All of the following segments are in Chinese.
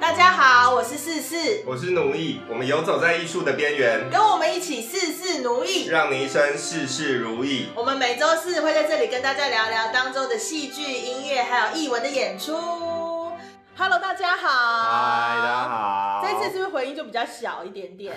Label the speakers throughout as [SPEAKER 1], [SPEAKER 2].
[SPEAKER 1] 大家好，我是四四，
[SPEAKER 2] 我是奴役，我们游走在艺术的边缘，
[SPEAKER 1] 跟我们一起事事奴役。
[SPEAKER 2] 让你一生事事如意。
[SPEAKER 1] 我们每周四会在这里跟大家聊聊当周的戏剧、音乐还有艺文的演出。Hello，大家
[SPEAKER 2] 嗨，大家
[SPEAKER 1] 好。
[SPEAKER 2] 好。
[SPEAKER 1] 这次是不是回音就比较小一点 点？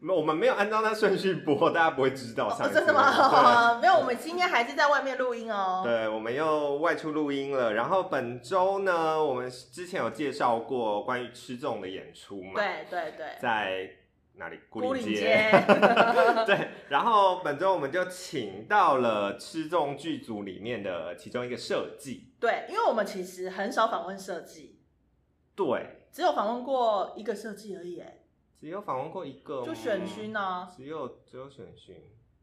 [SPEAKER 2] 没有我们没有按照那顺序播，大家不会知道上
[SPEAKER 1] 哦
[SPEAKER 2] 一，次。
[SPEAKER 1] 真的吗？ 没有，我们今天还是在外面录音
[SPEAKER 2] 对？
[SPEAKER 1] 哦。
[SPEAKER 2] 对，我们又外出录音了。然后本周呢，我们之前有介绍过关于吃粽的演出嘛？，
[SPEAKER 1] 对对对，
[SPEAKER 2] 在哪里？
[SPEAKER 1] 牯岭
[SPEAKER 2] 岭街。
[SPEAKER 1] 街
[SPEAKER 2] 对，然后本周我们就请到了吃粽剧组里面的其中一个设计，
[SPEAKER 1] 对，因为我们其实很少访问设计，
[SPEAKER 2] 对，
[SPEAKER 1] 只有访问过一个设计而已耶，
[SPEAKER 2] 只有访问过一个，
[SPEAKER 1] 就选勋啊。
[SPEAKER 2] 只有只有选训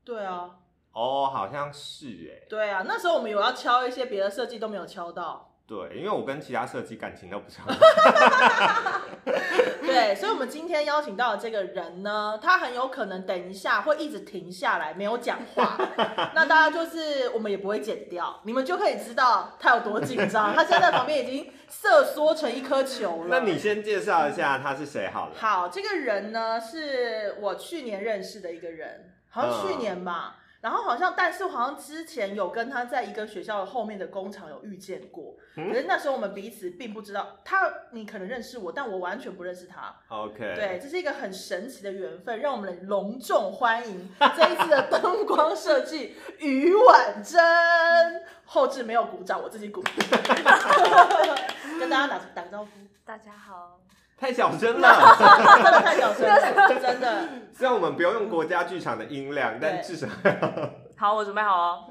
[SPEAKER 1] 对啊，
[SPEAKER 2] 哦，好像是哎，
[SPEAKER 1] 对啊，那时候我们有要敲一些别的设计都没有敲 到，
[SPEAKER 2] 对，因为我跟其他设计感情都不是很好，
[SPEAKER 1] 对，所以我们今天邀请到的这个人呢，他很有可能等一下会一直停下来没有讲 话，那大家就是我们也不会剪掉，你们就可以知道他有多紧张，他现在在旁边已经瑟缩成一颗球了。
[SPEAKER 2] 那你先介绍一下他是谁好了。
[SPEAKER 1] 好，这个人呢是我去年认识的一个人，好像去年吧。然后好像，但是好像之前有跟他在一个学校后面的工厂有遇见过，
[SPEAKER 2] 嗯
[SPEAKER 1] 可是那时候我们彼此并不知道他，你可能认识我，但我完全不认识他。
[SPEAKER 2] OK，
[SPEAKER 1] 对，这是一个很神奇的缘分，让我们隆重欢迎 这一次的灯光设计于婉珍。后置没有鼓掌，我自己鼓。 跟大家打打个招呼，
[SPEAKER 3] 大家好，
[SPEAKER 2] 太小声了。
[SPEAKER 1] 真的太小声了，真的。
[SPEAKER 2] 虽然我们不用用国家剧场的音量，但
[SPEAKER 1] 对
[SPEAKER 2] 至少
[SPEAKER 3] 好，我准备好哦。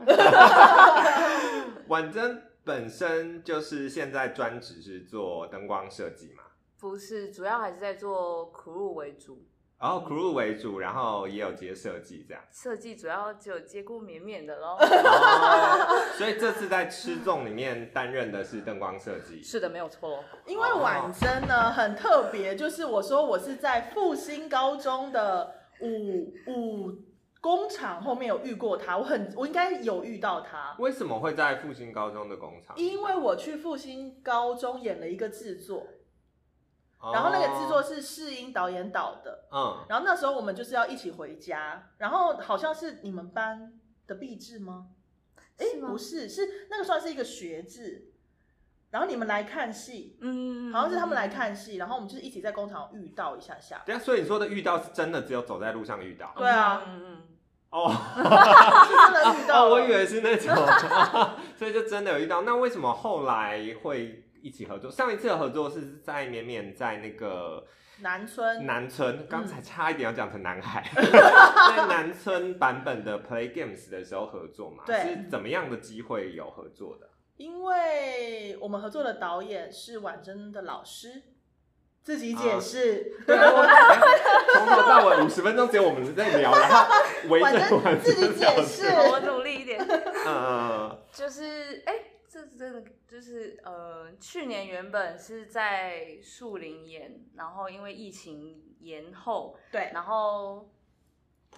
[SPEAKER 2] 婉珍本身就是现在专职是做灯光设计嘛，
[SPEAKER 3] 不是，主要还是在做 crew 为主，
[SPEAKER 2] 然后 crew 为主，然后也有接设计 这样。
[SPEAKER 3] 设计主要只有接过绵绵的喽。
[SPEAKER 2] 哦所以这次在吃粽里面担任的是灯光设计。
[SPEAKER 3] 是的，没有错喽。
[SPEAKER 1] 因为婉珍呢很特别，就是我说我是在复兴高中的五五工厂后面有遇过她，我很我应该有遇到她，
[SPEAKER 2] 为什么会在复兴高中的工厂？
[SPEAKER 1] 因为我去复兴高中演了一个制作，然后那个制作是世英导演导的，
[SPEAKER 2] 哦，
[SPEAKER 1] 然后那时候我们就是要一起回家，然后好像是你们班的毕制吗？哎
[SPEAKER 3] 是，吗
[SPEAKER 1] 不是，是那个算是一个学制，然后你们来看戏。
[SPEAKER 3] 嗯
[SPEAKER 1] 好像是他们来。看戏，然后我们就是一起在工厂遇到一下下
[SPEAKER 2] 嗯，，对啊，所以你说的遇到是真的只有走在路上遇到
[SPEAKER 1] 对啊
[SPEAKER 3] 嗯
[SPEAKER 2] 哦。
[SPEAKER 1] 真的遇到
[SPEAKER 2] 哦，
[SPEAKER 1] 了。
[SPEAKER 2] 我以为是那种， 所以就真的有遇到。那为什么后来会一起合作？上一次的合作是在绵绵在那个
[SPEAKER 1] 南村，
[SPEAKER 2] 南村，刚
[SPEAKER 1] 嗯
[SPEAKER 2] 才差一点要讲成 南海，在南村版本的 Play Games 的时候合作嘛？
[SPEAKER 1] 对
[SPEAKER 2] 是怎么样的机会有合作的？
[SPEAKER 1] 因为我们合作的导演是婉珍的老师，自己解释。
[SPEAKER 2] 对啊对，我哎从头到尾五十分钟只有我们在聊，然后围
[SPEAKER 1] 婉
[SPEAKER 2] 着
[SPEAKER 1] 珍
[SPEAKER 2] 玩
[SPEAKER 1] 自己解释
[SPEAKER 3] 嗯，好我努力一点。
[SPEAKER 2] 嗯嗯
[SPEAKER 3] 就是哎、这真的就是呃，去年原本是在树林演，然后因为疫情延后，
[SPEAKER 1] 对
[SPEAKER 3] 然后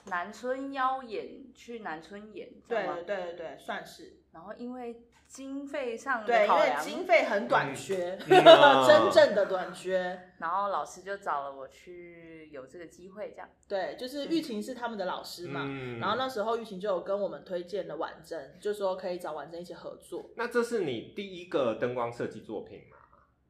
[SPEAKER 3] 南村邀演去南村演，这样
[SPEAKER 1] 对
[SPEAKER 3] 吗
[SPEAKER 1] 对对对，算是
[SPEAKER 3] 然后因为经费上
[SPEAKER 1] 对，
[SPEAKER 3] 的
[SPEAKER 1] 因
[SPEAKER 3] 考
[SPEAKER 1] 为
[SPEAKER 3] 量，
[SPEAKER 1] 经费很短缺，
[SPEAKER 2] 嗯嗯
[SPEAKER 1] 真正的短缺。
[SPEAKER 3] 然后老师就找了我去有这个机会这样。
[SPEAKER 1] 对，就是玉琴是他们的老师嘛。
[SPEAKER 2] 嗯
[SPEAKER 1] 然后那时候玉琴就有跟我们推荐了婉珍，就说可以找婉珍一起合作。
[SPEAKER 2] 那这是你第一个灯光设计作品吗？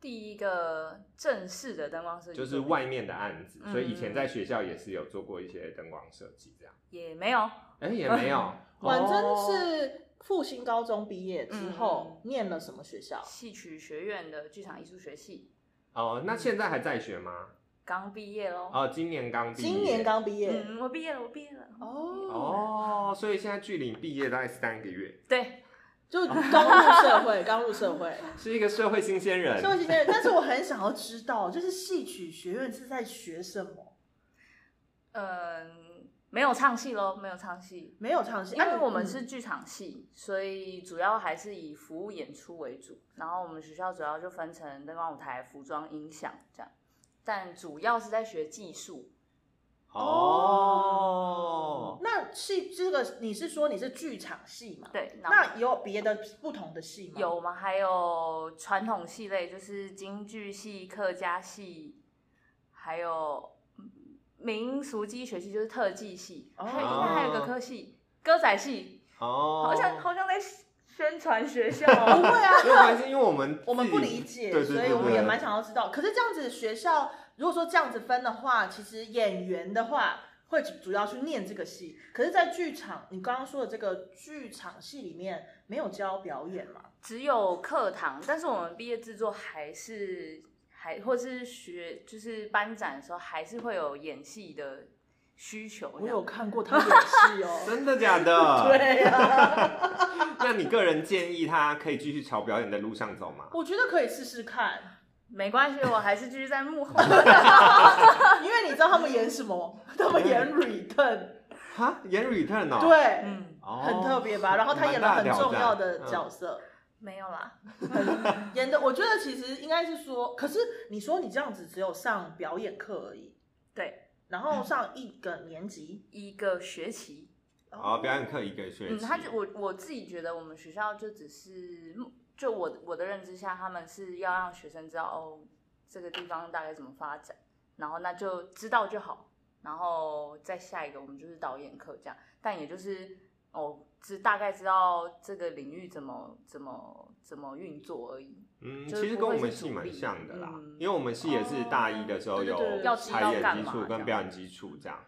[SPEAKER 3] 第一个正式的灯光设计
[SPEAKER 2] 就
[SPEAKER 3] 作品，
[SPEAKER 2] 是外面的案子，
[SPEAKER 3] 嗯
[SPEAKER 2] 所以以前在学校也是有做过一些灯光设计这样。
[SPEAKER 3] 也没有，
[SPEAKER 2] 哎、也没 有，
[SPEAKER 1] 婉珍
[SPEAKER 2] 哦
[SPEAKER 1] 嗯是复兴高中毕业之后、
[SPEAKER 2] 嗯
[SPEAKER 1] 念了什么学校？
[SPEAKER 3] 戏曲学院的剧场艺术学系
[SPEAKER 2] 哦，那现在还在学吗？
[SPEAKER 3] 刚毕业喽。
[SPEAKER 2] 哦，今年刚毕业，
[SPEAKER 1] 今年刚毕业。
[SPEAKER 3] 嗯，我毕业了，我毕业了。
[SPEAKER 1] 哦
[SPEAKER 2] 哦，所以现在距离毕业大概三个月，
[SPEAKER 3] 对，
[SPEAKER 1] 就
[SPEAKER 2] 哦
[SPEAKER 1] 刚 入社会，刚入社会，
[SPEAKER 2] 是一个社会新鲜人
[SPEAKER 1] 社。会新鲜人。但是我很想要知道，就是戏曲学院是在学什么？
[SPEAKER 3] 嗯，没有唱戏喽，没有唱戏，
[SPEAKER 1] 没有唱戏，
[SPEAKER 3] 因为
[SPEAKER 1] 啊
[SPEAKER 3] 我们是剧场系，所以主要还是以服务演出为主。然后我们学校主要就分成灯光舞台、服装、音响这样，但主要是在学技术。
[SPEAKER 2] 哦，
[SPEAKER 1] 那戏这个你是说你是剧场戏嘛？
[SPEAKER 3] 对，然后
[SPEAKER 1] 那有别的不同的戏吗？
[SPEAKER 3] 有我们还有传统戏类，就是京剧系、客家戏，还有嗯民俗技学系，就是特技系，
[SPEAKER 1] 哦
[SPEAKER 3] 还有应该还有个科系，歌仔戏，
[SPEAKER 2] 哦，
[SPEAKER 3] 好像好像在宣传 学校
[SPEAKER 1] 不
[SPEAKER 3] 哦。
[SPEAKER 1] 会啊，
[SPEAKER 2] 没有关系，因为我们
[SPEAKER 1] 我们不
[SPEAKER 2] 自己
[SPEAKER 1] 理解，
[SPEAKER 2] 对对对
[SPEAKER 1] 所以我们也
[SPEAKER 2] 对
[SPEAKER 1] 蛮想要知道。可是这样子学校，如果说这样子分的话，其实演员的话会主要去念这个戏。可是，在剧场，你刚刚说的这个剧场戏里面没有教表演嘛？
[SPEAKER 3] 只有课堂，但是我们毕业制作还是还或是学就是班展的时候，还是会有演戏的需求。
[SPEAKER 1] 我有看过他演戏哦，
[SPEAKER 2] 真的假的？
[SPEAKER 1] 对啊，
[SPEAKER 2] 那你个人建议他可以继续朝表演的路上走吗？
[SPEAKER 1] 我觉得可以试试看，
[SPEAKER 3] 没关系，我还是继续在 幕后。
[SPEAKER 1] 因为你知道他们演什么，他们演 return，
[SPEAKER 2] 哈，演 return 哦，，
[SPEAKER 1] 对，
[SPEAKER 3] 嗯，
[SPEAKER 2] 哦、
[SPEAKER 1] 很特别吧？然后他演了很重要的
[SPEAKER 2] 嗯
[SPEAKER 1] 角色。
[SPEAKER 3] 没有啦，
[SPEAKER 1] 演的，我觉得其实应该是说，可是你说你这样子只有上表演课而已，
[SPEAKER 3] 对，
[SPEAKER 1] 然后上一个年级，
[SPEAKER 3] 一个学期。
[SPEAKER 2] 哦，表演课一个学期，
[SPEAKER 3] 嗯，他就我我自己觉得我们学校就只是，就我我的认知下，他们是要让学生知道哦，这个地方大概怎么发展，然后那就知道就好，然后再下一个我们就是导演课这样，但也就是哦，知大概知道这个领域怎么怎么怎么运作而已，
[SPEAKER 2] 嗯，
[SPEAKER 3] 就是
[SPEAKER 2] 其实
[SPEAKER 3] 不
[SPEAKER 2] 跟
[SPEAKER 3] 会
[SPEAKER 2] 我
[SPEAKER 3] 是
[SPEAKER 2] 们
[SPEAKER 3] 主
[SPEAKER 2] 系蛮
[SPEAKER 3] 力
[SPEAKER 2] 像的啦，
[SPEAKER 3] 嗯
[SPEAKER 2] 因为我们系也是大一的时候
[SPEAKER 1] 哦对
[SPEAKER 2] 有
[SPEAKER 1] 对对
[SPEAKER 3] 要知道
[SPEAKER 2] 排演
[SPEAKER 3] 干
[SPEAKER 2] 基
[SPEAKER 3] 嘛
[SPEAKER 2] 础
[SPEAKER 3] 这
[SPEAKER 2] 跟
[SPEAKER 3] 样
[SPEAKER 2] 表演基础这样，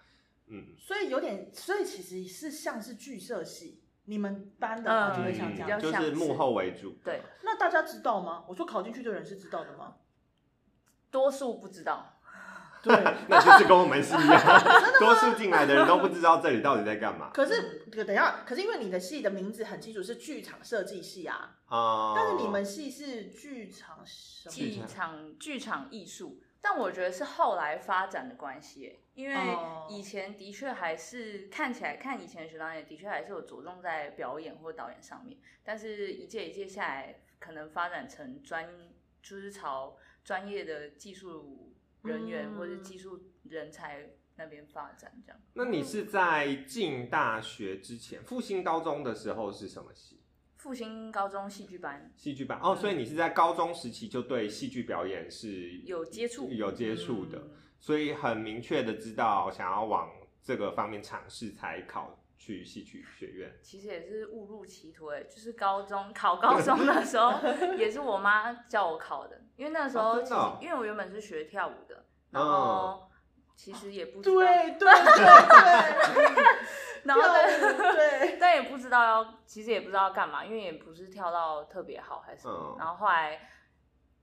[SPEAKER 2] 嗯，
[SPEAKER 1] 所以有点，所以其实是像是剧社系，你们班的话
[SPEAKER 3] 嗯
[SPEAKER 1] 就会像这
[SPEAKER 3] 比
[SPEAKER 1] 样。
[SPEAKER 3] 较
[SPEAKER 2] 就
[SPEAKER 3] 像
[SPEAKER 2] 是幕
[SPEAKER 3] 是
[SPEAKER 2] 后为主，
[SPEAKER 3] 对，
[SPEAKER 1] 那大家知道吗？我说考进去的人是知道的 吗？
[SPEAKER 3] 多数不知道。
[SPEAKER 1] 对，
[SPEAKER 2] 那就是跟我 们是一样，多数进来的人都不知道这里到底在干嘛
[SPEAKER 1] 可是等一下，可是因为你的系的名字很清楚是剧场设计系啊，
[SPEAKER 2] 啊。
[SPEAKER 1] 但是你们系是剧场什么？
[SPEAKER 2] 剧
[SPEAKER 3] 剧场剧场艺术，但我觉得是后来发展的关系耶，因为
[SPEAKER 1] 哦
[SPEAKER 3] 以前的确还是看起来看以前的学长也的确还是有着重在表演或导演上面，但是一届一届下来，可能发展成专就是朝专业的技术人员
[SPEAKER 1] 嗯
[SPEAKER 3] 或者技术人才那边发展这样。
[SPEAKER 2] 那你是在进大学之前，复兴高中的时候是什么系？
[SPEAKER 3] 复兴高中戏剧班
[SPEAKER 2] 戏剧班
[SPEAKER 1] 嗯
[SPEAKER 2] 哦，所以你是在高中时期就对戏剧表演是
[SPEAKER 3] 有接触，
[SPEAKER 2] 有接触的，
[SPEAKER 3] 嗯
[SPEAKER 2] 所以很明确的知道想要往这个方面尝试，才考去戏曲学院。
[SPEAKER 3] 其实也是误入歧途哎、就是高中考高中的 时候，也是我妈叫我考的，因为那时
[SPEAKER 2] 哦
[SPEAKER 3] 候
[SPEAKER 2] 真
[SPEAKER 3] 其实、
[SPEAKER 2] 的哦
[SPEAKER 3] 因为我原本是学跳舞的，然
[SPEAKER 2] 哦
[SPEAKER 3] 后其实也不知道，
[SPEAKER 1] 对对对对，
[SPEAKER 3] 然后但
[SPEAKER 1] 对，
[SPEAKER 3] 但也不知道要，其实也不知道要干嘛，因为也不是跳到特别好还是什么
[SPEAKER 2] 嗯。
[SPEAKER 3] 然后后来，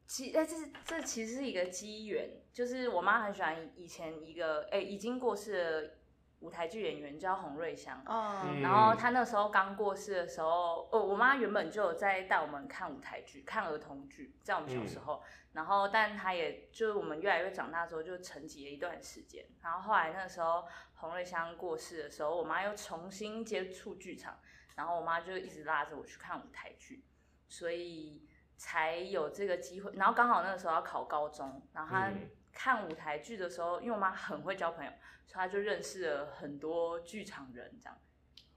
[SPEAKER 3] 其哎这是这其实是一个机缘，就是我妈很喜欢以前一个哎、已经过世的舞台剧演员叫洪瑞香，
[SPEAKER 1] 啊
[SPEAKER 2] 嗯
[SPEAKER 3] 然后他那时候刚过世的时候，哦，我妈原本就有在带我们看舞台剧、看儿童剧，在我们小时候。
[SPEAKER 2] 嗯
[SPEAKER 3] 然后，但她也就是我们越来越长大之后，就沉寂了一段时间。然后后来那时候洪瑞香过世的时候，我妈又重新接触剧场，然后我妈就一直拉着我去看舞台剧，所以才有这个机会。然后刚好那个时候要考高中，然后她
[SPEAKER 2] 嗯
[SPEAKER 3] 看舞台剧的时候，因为我妈很会交朋友，所以她就认识了很多剧场人这样。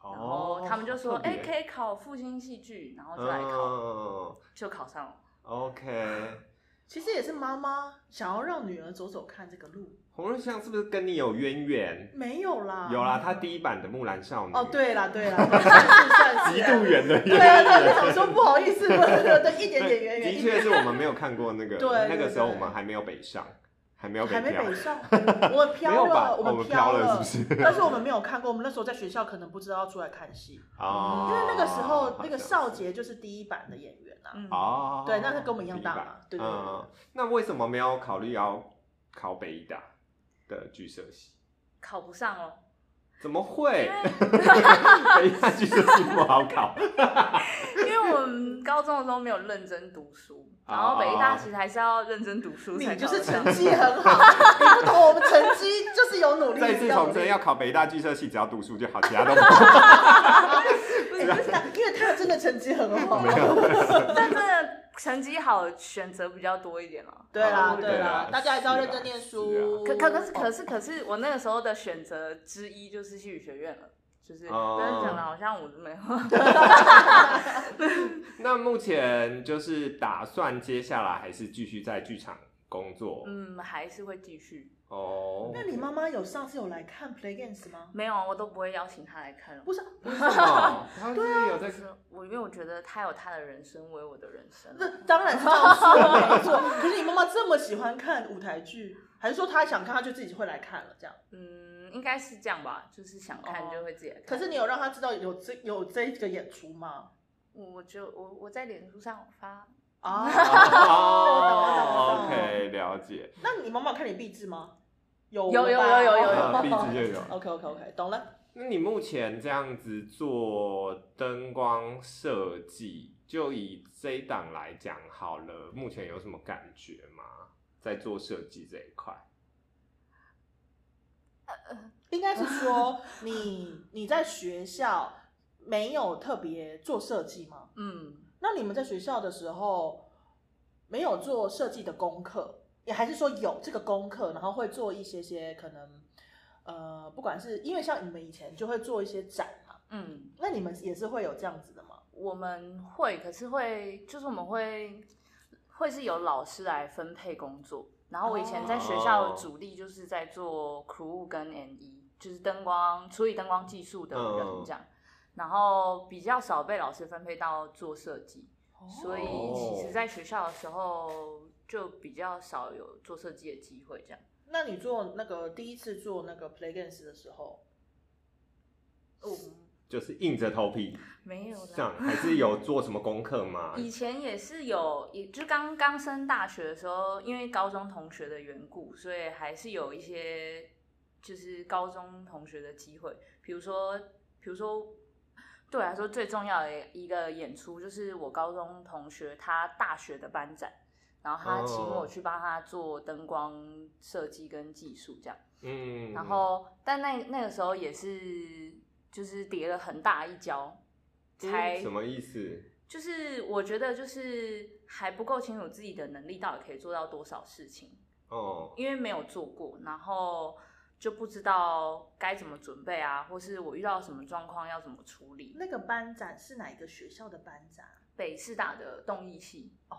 [SPEAKER 1] 哦
[SPEAKER 3] 然后他们就说：“哎、可
[SPEAKER 2] 以
[SPEAKER 3] 以考复兴戏剧。”然后
[SPEAKER 2] 嗯
[SPEAKER 3] 就来
[SPEAKER 1] 嗯
[SPEAKER 3] 考，就考上了。
[SPEAKER 2] OK，
[SPEAKER 1] 其实也是妈妈想要让女儿走走看这个路，
[SPEAKER 2] 洪瑞香是不是跟你有渊源？
[SPEAKER 1] 没有啦，
[SPEAKER 2] 有啦，他第一版的《木兰少女》
[SPEAKER 1] 啊哦，，对啦， 对啦，对算是啊
[SPEAKER 2] 极
[SPEAKER 1] 算
[SPEAKER 2] 度
[SPEAKER 1] 是。
[SPEAKER 2] 远 的
[SPEAKER 1] 对
[SPEAKER 2] 渊
[SPEAKER 1] 啊，
[SPEAKER 2] 源。
[SPEAKER 1] 对，我想说不好意思，对对对，一点点远远，
[SPEAKER 2] 的确是我们没有看过那个，
[SPEAKER 1] 对 对
[SPEAKER 2] 那个时候
[SPEAKER 1] 对
[SPEAKER 2] 我们还没有北上，还没有北
[SPEAKER 1] 还没
[SPEAKER 2] 漂，
[SPEAKER 1] 北上，我
[SPEAKER 2] 没
[SPEAKER 1] 飘
[SPEAKER 2] 有吧？
[SPEAKER 1] 了，
[SPEAKER 2] 哦我
[SPEAKER 1] 们
[SPEAKER 2] 飘
[SPEAKER 1] 了，
[SPEAKER 2] 了，是不是？
[SPEAKER 1] 但是我们没有看过，我们那时候在学校可能不知道要出来看戏，
[SPEAKER 2] 哦
[SPEAKER 1] 因，为那个时候那个
[SPEAKER 2] 少
[SPEAKER 1] 少杰就是第一版的演员啊，
[SPEAKER 3] 嗯，
[SPEAKER 2] 哦，
[SPEAKER 1] 对那他跟我们一样
[SPEAKER 2] 明白
[SPEAKER 1] 大嘛对对对
[SPEAKER 2] 嗯，那为什么没有考虑要考北医大的剧社系？
[SPEAKER 3] 考不上哦，
[SPEAKER 2] 怎么
[SPEAKER 3] 因
[SPEAKER 2] 会？
[SPEAKER 3] 为
[SPEAKER 2] 北医大剧社系不 好考，
[SPEAKER 3] 因为我们高中的时候没有认真读书，然后北医大其实还是要认真读书
[SPEAKER 1] 啊
[SPEAKER 3] 才
[SPEAKER 1] 你
[SPEAKER 3] 考
[SPEAKER 1] 就
[SPEAKER 3] 得
[SPEAKER 1] 是
[SPEAKER 3] 上。
[SPEAKER 1] 成绩很好， 你不懂我们成绩就是有努力，
[SPEAKER 2] 再次
[SPEAKER 1] 要努
[SPEAKER 2] 重
[SPEAKER 1] 力
[SPEAKER 2] 申，要考北医大剧社系，只要读书就好，其他都不 好。
[SPEAKER 1] 不是，因为他真的成绩很好，
[SPEAKER 2] 没有，
[SPEAKER 3] 但真的成绩好选择比较多一点了。
[SPEAKER 1] 对啦
[SPEAKER 2] 哦
[SPEAKER 1] 对
[SPEAKER 2] 对
[SPEAKER 1] 啦
[SPEAKER 2] 啦，
[SPEAKER 1] 大家还是要认真
[SPEAKER 2] 是啊
[SPEAKER 1] 念
[SPEAKER 2] 是啊
[SPEAKER 1] 书。
[SPEAKER 3] 可可可是可是可是，我那个时候的选择之一就是戏剧学院了，就是
[SPEAKER 2] 哦
[SPEAKER 3] 但是讲的好像我没有。
[SPEAKER 2] 那目前就是打算接下来还是继续在剧场工作
[SPEAKER 3] 嗯，还是会继续。
[SPEAKER 2] 哦。
[SPEAKER 1] 那你妈妈有上次有来看 Play Games 吗？
[SPEAKER 3] 没有，啊我都不会邀请他来看了。
[SPEAKER 1] 不是，
[SPEAKER 2] 为什么？
[SPEAKER 1] 啊
[SPEAKER 2] 她哦是有
[SPEAKER 3] 就
[SPEAKER 2] 在
[SPEAKER 3] 是我，因为我觉得他有他的人生，我有我的人生。
[SPEAKER 1] 那当然是这样说没 错。可是你妈妈这么喜欢看舞台剧，还是说她想看，她就自己会来看了这样？
[SPEAKER 3] 嗯，应该是这样吧，就是想看
[SPEAKER 1] 哦
[SPEAKER 3] 就会自己来看。
[SPEAKER 1] 可是你有让她知道有这有这个演出吗？
[SPEAKER 3] 我，我就我我在脸书上发，
[SPEAKER 1] 啊，
[SPEAKER 2] 哦
[SPEAKER 1] 我懂我懂我懂
[SPEAKER 2] ，OK，了解，
[SPEAKER 1] 那你妈妈有看你壁纸吗？有
[SPEAKER 3] 有
[SPEAKER 1] 吧
[SPEAKER 3] 有有有有有
[SPEAKER 2] 啊，壁纸就有。
[SPEAKER 1] OK OK OK，懂了。
[SPEAKER 2] 那你目前这样子做灯光设计，就以这一档来讲好了，目前有什么感觉吗？在做设计这一块，
[SPEAKER 1] 应该是说你你在学校没有特别做设计吗？
[SPEAKER 3] 嗯，
[SPEAKER 1] 那你们在学校的时候没有做设计的功课，也还是说有这个功课，然后会做一些些可能呃，不管是因为像你们以前就会做一些展嘛，
[SPEAKER 3] 嗯，
[SPEAKER 1] 那你们也是会有这样子的吗？
[SPEAKER 3] 我们会，可是会就是我们会会是由老师来分配工作。然后我以前在学校
[SPEAKER 2] 哦
[SPEAKER 3] 主力就是在做 crew 跟 NE，就是灯光处理灯光技术的人
[SPEAKER 2] 嗯
[SPEAKER 3] 这样，然后比较少被老师分配到做设计。所以其实，在学校的时候就比较少有做设计的机会，这样。
[SPEAKER 1] 那你做那个第一次做那个 play games 的时候，
[SPEAKER 3] 哦，
[SPEAKER 2] 就是硬着头皮
[SPEAKER 3] 没有啦。
[SPEAKER 2] 上，还是有做什么功课吗？
[SPEAKER 3] 以前也是有，也就刚刚升大学的时候，因为高中同学的缘故，所以还是有一些就是高中同学的机会，比如说，比如说对我来说最重要的一个演出，就是我高中同学他大学的班展，然后他请我
[SPEAKER 2] 哦
[SPEAKER 3] 去帮他做灯光设计跟技术这样。
[SPEAKER 2] 嗯，
[SPEAKER 3] 然后，但那那个时候也是就是跌了很大一跤，才
[SPEAKER 2] 嗯什么意思？
[SPEAKER 3] 就是我觉得就是还不够清楚自己的能力到底可以做到多少事情，
[SPEAKER 2] 哦，
[SPEAKER 3] 因为没有做过，然后就不知道该怎么准备啊，或是我遇到什么状况要怎么处理。
[SPEAKER 1] 那个班展是哪一个学校的班展？
[SPEAKER 3] 北师大的动力系，
[SPEAKER 1] 哦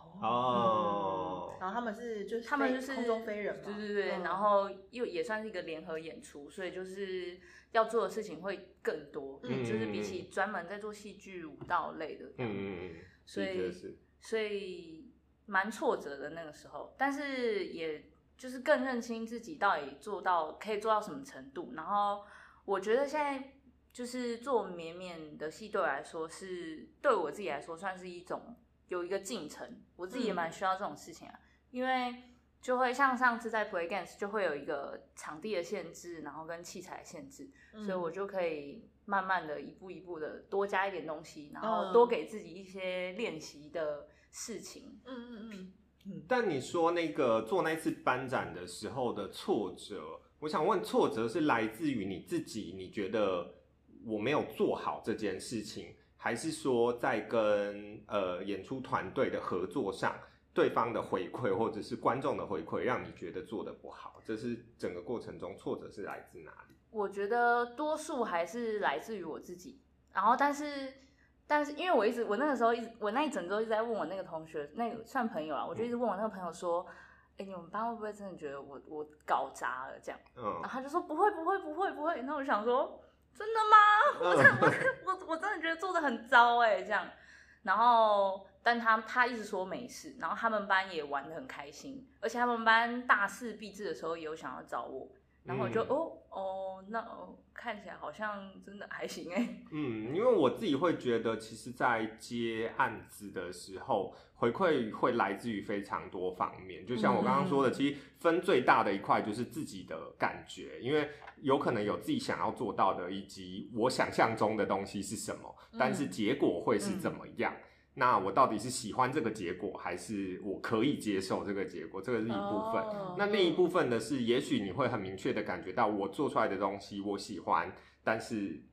[SPEAKER 2] 哦，
[SPEAKER 1] 然后他们是就是
[SPEAKER 3] 他们
[SPEAKER 1] 飞
[SPEAKER 3] 就是
[SPEAKER 1] 空中飞人嘛，
[SPEAKER 3] 对对对，
[SPEAKER 1] 嗯
[SPEAKER 3] 然后又也算是一个联合演出，所以就是要做的事情会更多，
[SPEAKER 1] 嗯
[SPEAKER 3] 就是比起专门在做戏剧舞蹈类的，
[SPEAKER 2] 嗯嗯嗯，
[SPEAKER 3] 所
[SPEAKER 2] 的确
[SPEAKER 3] 以
[SPEAKER 2] 是，
[SPEAKER 3] 所以蛮挫折的那个时候，但是也就是更认清自己到底做到可以做到什么程度。然后我觉得现在就是做绵绵的戏，对我来说是对我自己来说算是一种有一个进程，我自己也蛮需要这种事情啊，因为。就会像上次在 Play Games 就会有一个场地的限制，然后跟器材的限制，
[SPEAKER 1] 嗯
[SPEAKER 3] 所以我就可以慢慢的一步一步的多加一点东西，然
[SPEAKER 1] 嗯
[SPEAKER 3] 后多给自己一些练习的事情。
[SPEAKER 1] 嗯嗯嗯，
[SPEAKER 2] 但你说那个做那次班展的时候的挫折，我想问，挫折是来自于你自己？你觉得我没有做好这件事情，还是说在跟呃演出团队的合作上，对方的回馈或者是观众的回馈，让你觉得做的不好？这是整个过程中挫折是来自哪里？
[SPEAKER 3] 我觉得多数还是来自于我自己，然后但是但是因为我一直我那个时候一直我那一整周一直在问我那个同学，那个算朋友啊，我就一直问我那个朋友说，哎、你们班会不会真的觉得我我搞砸了这样？
[SPEAKER 2] 嗯
[SPEAKER 3] 然后，他就说不会不会不会不会，那我就想说真的吗？
[SPEAKER 2] 嗯
[SPEAKER 3] 我真的我我我真的觉得做的很糟哎、这样。然后，但他他一直说没事，然后他们班也玩的很开心，而且他们班大四毕制的时候也有想要找我，然后我就、
[SPEAKER 2] 嗯
[SPEAKER 3] 哦哦，那哦看起来好像真的还行哎、
[SPEAKER 2] 嗯，因为我自己会觉得，其实，在接案子的时候，回馈会来自于非常多方面。就像我刚刚说的，其实分最大的一块就是自己的感觉，因为有可能有自己想要做到的，以及我想象中的东西是什么，但是结果会是怎么样。那我到底是喜欢这个结果，还是我可以接受这个结果？这个是一部分。
[SPEAKER 1] 哦
[SPEAKER 2] 那另一部分的是，也许你会很明确的感觉到，我做出来的东西我喜欢，但是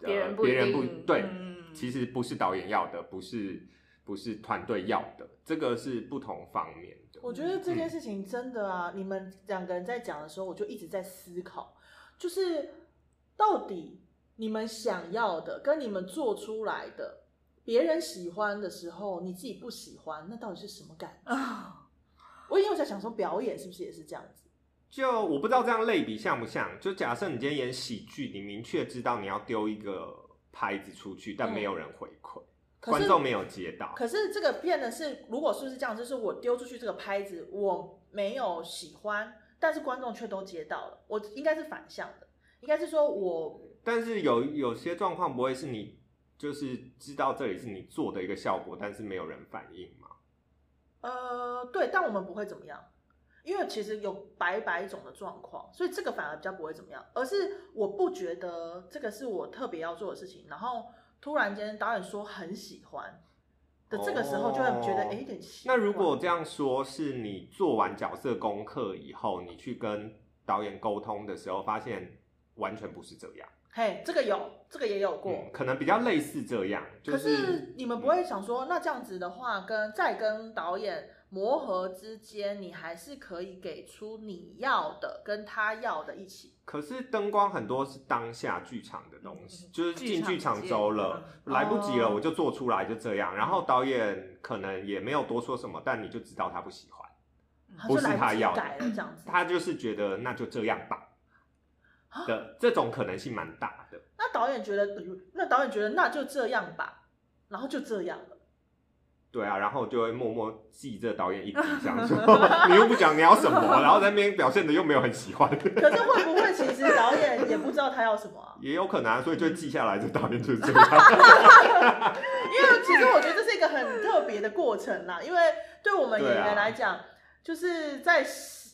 [SPEAKER 2] 呃
[SPEAKER 3] 别人不一
[SPEAKER 2] 别人不
[SPEAKER 3] 定
[SPEAKER 2] 对，
[SPEAKER 3] 嗯
[SPEAKER 2] 其实不是导演要的，不是不是团队要的，这个是不同方面的。
[SPEAKER 1] 我觉得这
[SPEAKER 2] 嗯
[SPEAKER 1] 件事情真的啊，你们两个人在讲的时候，我就一直在思考，就是到底你们想要的跟你们做出来的，别人喜欢的时候，你自己不喜欢，那到底是什么感觉？我因为我在想说，表演是不是也是这样子？
[SPEAKER 2] 就我不知道这样类比像不像。就假设你今天演喜剧，你明确知道你要丢一个拍子出去，但没有人回馈，
[SPEAKER 1] 可
[SPEAKER 2] 观
[SPEAKER 1] 是
[SPEAKER 2] 众没有接到。
[SPEAKER 1] 可是这个变的是，如果是是这样，就是我丢出去这个拍子，我没有喜欢，但是观众却都接到了，我应该是反向的，应该是说我
[SPEAKER 2] 但是有有些状况不会是你就是知道这里是你做的一个效果，但是没有人反应嘛？
[SPEAKER 1] 呃对，但我们不会怎么样，因为其实有百百种的状况，所以这个反而比较不会怎么样，而是我不觉得这个是我特别要做的事情，然后突然间导演说很喜欢的这个时候，就会觉得
[SPEAKER 2] 哦
[SPEAKER 1] 哎、有点奇怪。
[SPEAKER 2] 那如果这
[SPEAKER 1] 啊
[SPEAKER 2] 样说，是你做完角色功课以后，你去跟导演沟通的时候，发现完全不是这样，
[SPEAKER 1] 嘿，这个有，这个也有过，
[SPEAKER 2] 嗯，可能比较类似这样，就
[SPEAKER 1] 可是你们不会想说，那这样子的话，跟再跟导演磨合之间，你还是可以给出你要的跟他要的一起。
[SPEAKER 2] 可是灯光很多是当下剧场的东西，就是进剧场周了，
[SPEAKER 1] 嗯
[SPEAKER 2] 来不及了，
[SPEAKER 1] 哦
[SPEAKER 2] 我就做出来就这样。然后导演可能也没有多说什么，但你就知道他不喜欢，
[SPEAKER 1] 他
[SPEAKER 2] 不
[SPEAKER 1] 就是来
[SPEAKER 2] 他
[SPEAKER 1] 及
[SPEAKER 2] 要的
[SPEAKER 1] 改了这样子。
[SPEAKER 2] 他就是觉得那就这样吧
[SPEAKER 1] 啊
[SPEAKER 2] 的这种可能性蛮大的。
[SPEAKER 1] 那导演觉得，哎呦那导演觉得那就这样吧，然后就这样了。
[SPEAKER 2] 对啊，然后就会默默记这导演一笔，想说 你又不讲你要什么，然后在那边表现的又没有很喜欢，
[SPEAKER 1] 可是会不会其实导演也不知道他要什么啊？
[SPEAKER 2] 也有可能、啊，所以就记下来这导演就是这样。
[SPEAKER 1] 因为其实我觉得这是一个很特别的过程啦，因为对我们演
[SPEAKER 2] 对啊
[SPEAKER 1] 员来讲，就是在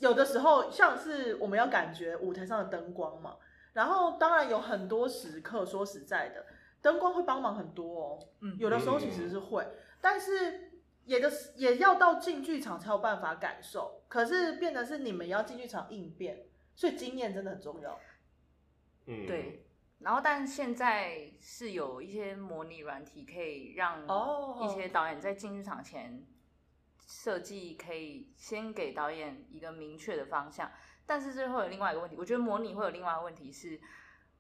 [SPEAKER 1] 有的时候像是我们要感觉舞台上的灯光嘛，然后当然有很多时刻，说实在的，灯光会帮忙很多哦，
[SPEAKER 4] 嗯
[SPEAKER 1] 有的时候其实是会，但是。也的也要到进剧场才有办法感受，可是变得是你们要进剧场应变，所以经验真的很重要。
[SPEAKER 2] 嗯，
[SPEAKER 3] 对，然后但现在是有一些模拟软体可以让
[SPEAKER 1] 哦
[SPEAKER 3] 一些导演在进剧场前设计，可以先给导演一个明确的方向。但是这会有另外一个问题，我觉得模拟会有另外一个问题是，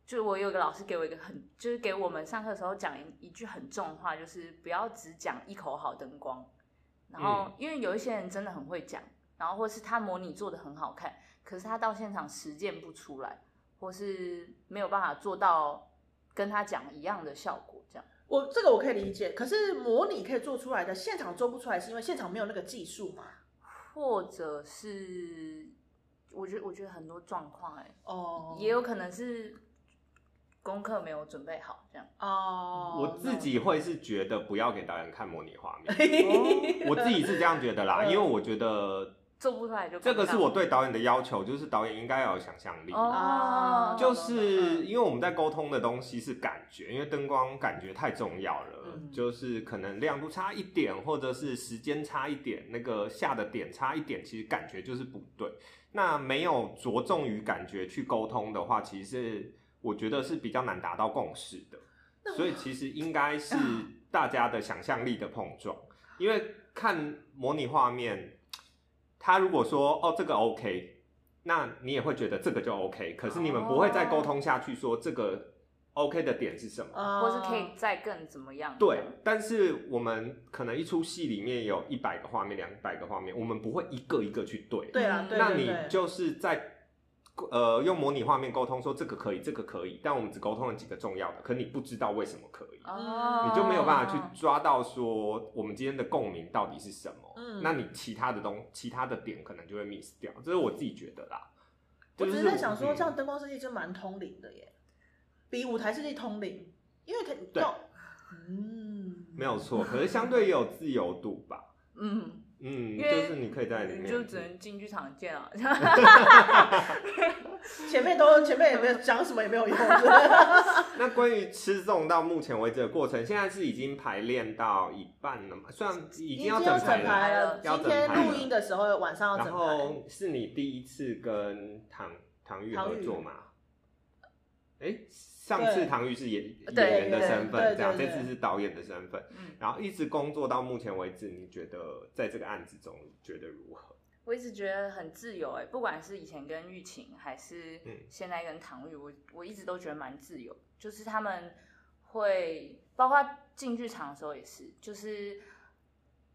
[SPEAKER 3] 就是我有一个老师给我一个很，就是给我们上课的时候讲一一句很重的话，就是不要只讲一口好灯光。然后因为有一些人真的很会讲，然后或是他模拟做的很好看，可是他到现场实践不出来。或是没有办法做到跟他讲一样的效果，这样。
[SPEAKER 1] 我这个我可以理解，可是模拟可以做出来的，现场做不出来，是因为现场没有那个技术嘛？
[SPEAKER 3] 或者是，我觉得我觉得很多状况哎，
[SPEAKER 1] 哦，
[SPEAKER 3] 也有可能是功课没有准备好，这样。
[SPEAKER 1] 哦，
[SPEAKER 2] 嗯我自己会是觉得不要给导演看模拟画面，我自己是这样觉得啦，
[SPEAKER 1] 哦嗯
[SPEAKER 2] 因为我觉得
[SPEAKER 3] 做不出来就
[SPEAKER 2] 这个是我
[SPEAKER 3] 对
[SPEAKER 2] 对导演的要求，就是导演应该要有想象力。
[SPEAKER 3] 哦
[SPEAKER 1] 啊，
[SPEAKER 2] 就是因为我们在沟通的东西是感觉，因为灯光感觉太重要了，
[SPEAKER 1] 嗯
[SPEAKER 2] 就是可能亮度差一点，或者是时间差一点，那个下的点差一点，其实感觉就是不对。那没有着重于感觉去沟通的话，其实是我觉得是比较难达到共识的。所以其实应该是
[SPEAKER 1] 啊
[SPEAKER 2] 大家的想象力的碰撞，因为看模拟画面，他如果说哦这个 OK，那你也会觉得这个就 OK，可是你们不会
[SPEAKER 1] 哦
[SPEAKER 2] 再沟通下去说这个 OK 的点是什么。
[SPEAKER 1] 啊
[SPEAKER 3] 或是可以再更怎么样？
[SPEAKER 2] 对，但是我们可能一出戏里面有一百个画面、两百个画面，我们不会一个一个去对。
[SPEAKER 1] 对啦，
[SPEAKER 3] 嗯
[SPEAKER 1] 对
[SPEAKER 2] 那
[SPEAKER 1] 对
[SPEAKER 2] 你
[SPEAKER 1] 对
[SPEAKER 2] 就是在呃用模拟画面沟通说这个可以，这个可以，但我们只沟通了几个重要的，可你不知道为什么可以。
[SPEAKER 3] 这样，哦，
[SPEAKER 2] 你就没有办法去抓到说我们今天的共鸣到底是什么。
[SPEAKER 1] 嗯
[SPEAKER 2] 那你其他的东其他的点可能就会 miss 掉，这是我自己觉得啦。
[SPEAKER 1] 我
[SPEAKER 2] 就
[SPEAKER 1] 只
[SPEAKER 2] 是
[SPEAKER 1] 是在想说，
[SPEAKER 2] 嗯
[SPEAKER 1] 这样灯光设计真蛮通灵的耶，比舞台设计通灵，因为它
[SPEAKER 2] 对
[SPEAKER 1] 要嗯
[SPEAKER 2] 没有错，可是相对也有自由度吧。
[SPEAKER 3] 嗯，
[SPEAKER 2] 嗯，
[SPEAKER 3] 因
[SPEAKER 2] 就
[SPEAKER 3] 为
[SPEAKER 2] 是你可以在里面，
[SPEAKER 3] 就只能进剧场见 啊。
[SPEAKER 1] 前面都前面也没有讲什么也没 有用，真的
[SPEAKER 2] 那关于吃粽到目前为止的过程，现在是已经排练到一半了嘛？虽然已
[SPEAKER 1] 已
[SPEAKER 2] 经
[SPEAKER 1] 经
[SPEAKER 2] 要
[SPEAKER 1] 要
[SPEAKER 2] 整
[SPEAKER 1] 整
[SPEAKER 2] 排了，
[SPEAKER 1] 排了。
[SPEAKER 2] 要
[SPEAKER 1] 今
[SPEAKER 2] 整
[SPEAKER 1] 天
[SPEAKER 2] 排
[SPEAKER 1] 录
[SPEAKER 2] 了
[SPEAKER 1] 音的时候晚上要整
[SPEAKER 2] 然
[SPEAKER 1] 排，
[SPEAKER 2] 后是你第一次跟唐唐玉
[SPEAKER 1] 唐
[SPEAKER 2] 合
[SPEAKER 1] 钰
[SPEAKER 2] 作嘛？哎、哎，上次唐钰是演
[SPEAKER 3] 对
[SPEAKER 2] 演员的身
[SPEAKER 1] 对对
[SPEAKER 2] 份，这样，
[SPEAKER 1] 对
[SPEAKER 2] 这
[SPEAKER 1] 对
[SPEAKER 2] 次是导演的身份，
[SPEAKER 3] 嗯，
[SPEAKER 2] 然后一直工作到目前为止，你觉得在这个案子中觉得如何？
[SPEAKER 3] 我一直觉得很自由哎、不管是以前跟玉琴，还是
[SPEAKER 2] 嗯
[SPEAKER 3] 现在跟唐钰，我我一直都觉得蛮自由，就是他们会包括进剧场的时候也是，就是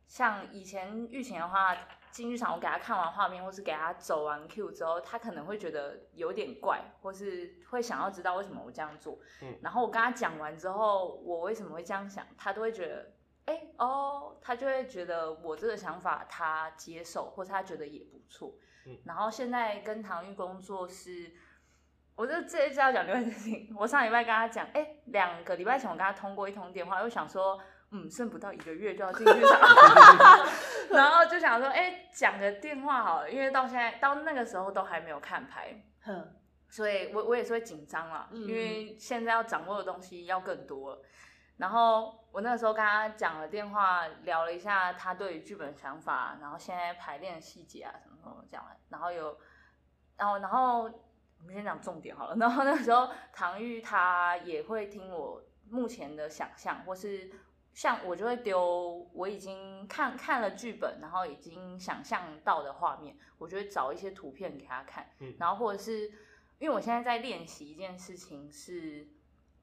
[SPEAKER 3] 像以前玉琴的话，进剧场我给他看完画面，或是给他走完 Q 之后，他可能会觉得有点怪，或是会想要知道为什么我这样做。
[SPEAKER 2] 嗯
[SPEAKER 3] 然后我跟他讲完之后，我为什么会这样想，他都会觉得哎、哦，他就会觉得我这个想法他接受，或是他觉得也不错。
[SPEAKER 2] 嗯
[SPEAKER 3] 然后现在跟唐钰工作是，我这这一次要讲另外一件事情。我上礼拜跟他讲，哎、两个礼拜前我跟他通过一通电话，又想说，嗯，剩不到一个月就要进剧场， 然后就想说，哎、讲个电话好了，因为到现在到那个时候都还没有看牌，
[SPEAKER 1] 哼，
[SPEAKER 3] 所以我我也是会紧张啦，
[SPEAKER 1] 嗯
[SPEAKER 3] 因为现在要掌握的东西要更多了。然后我那个时候跟他讲了电话，聊了一下他对于剧本的想法，然后现在排练的细节啊什么什么讲完，然后有，然后然后我们先讲重点好了。 然后那时候唐钰他也会听我目前的想象，或是像我就会丢我已经看看了剧本，然后已经想象到的画面，我就会找一些图片给他看，
[SPEAKER 2] 嗯
[SPEAKER 3] 然后或者是因为我现在在练习一件事情是，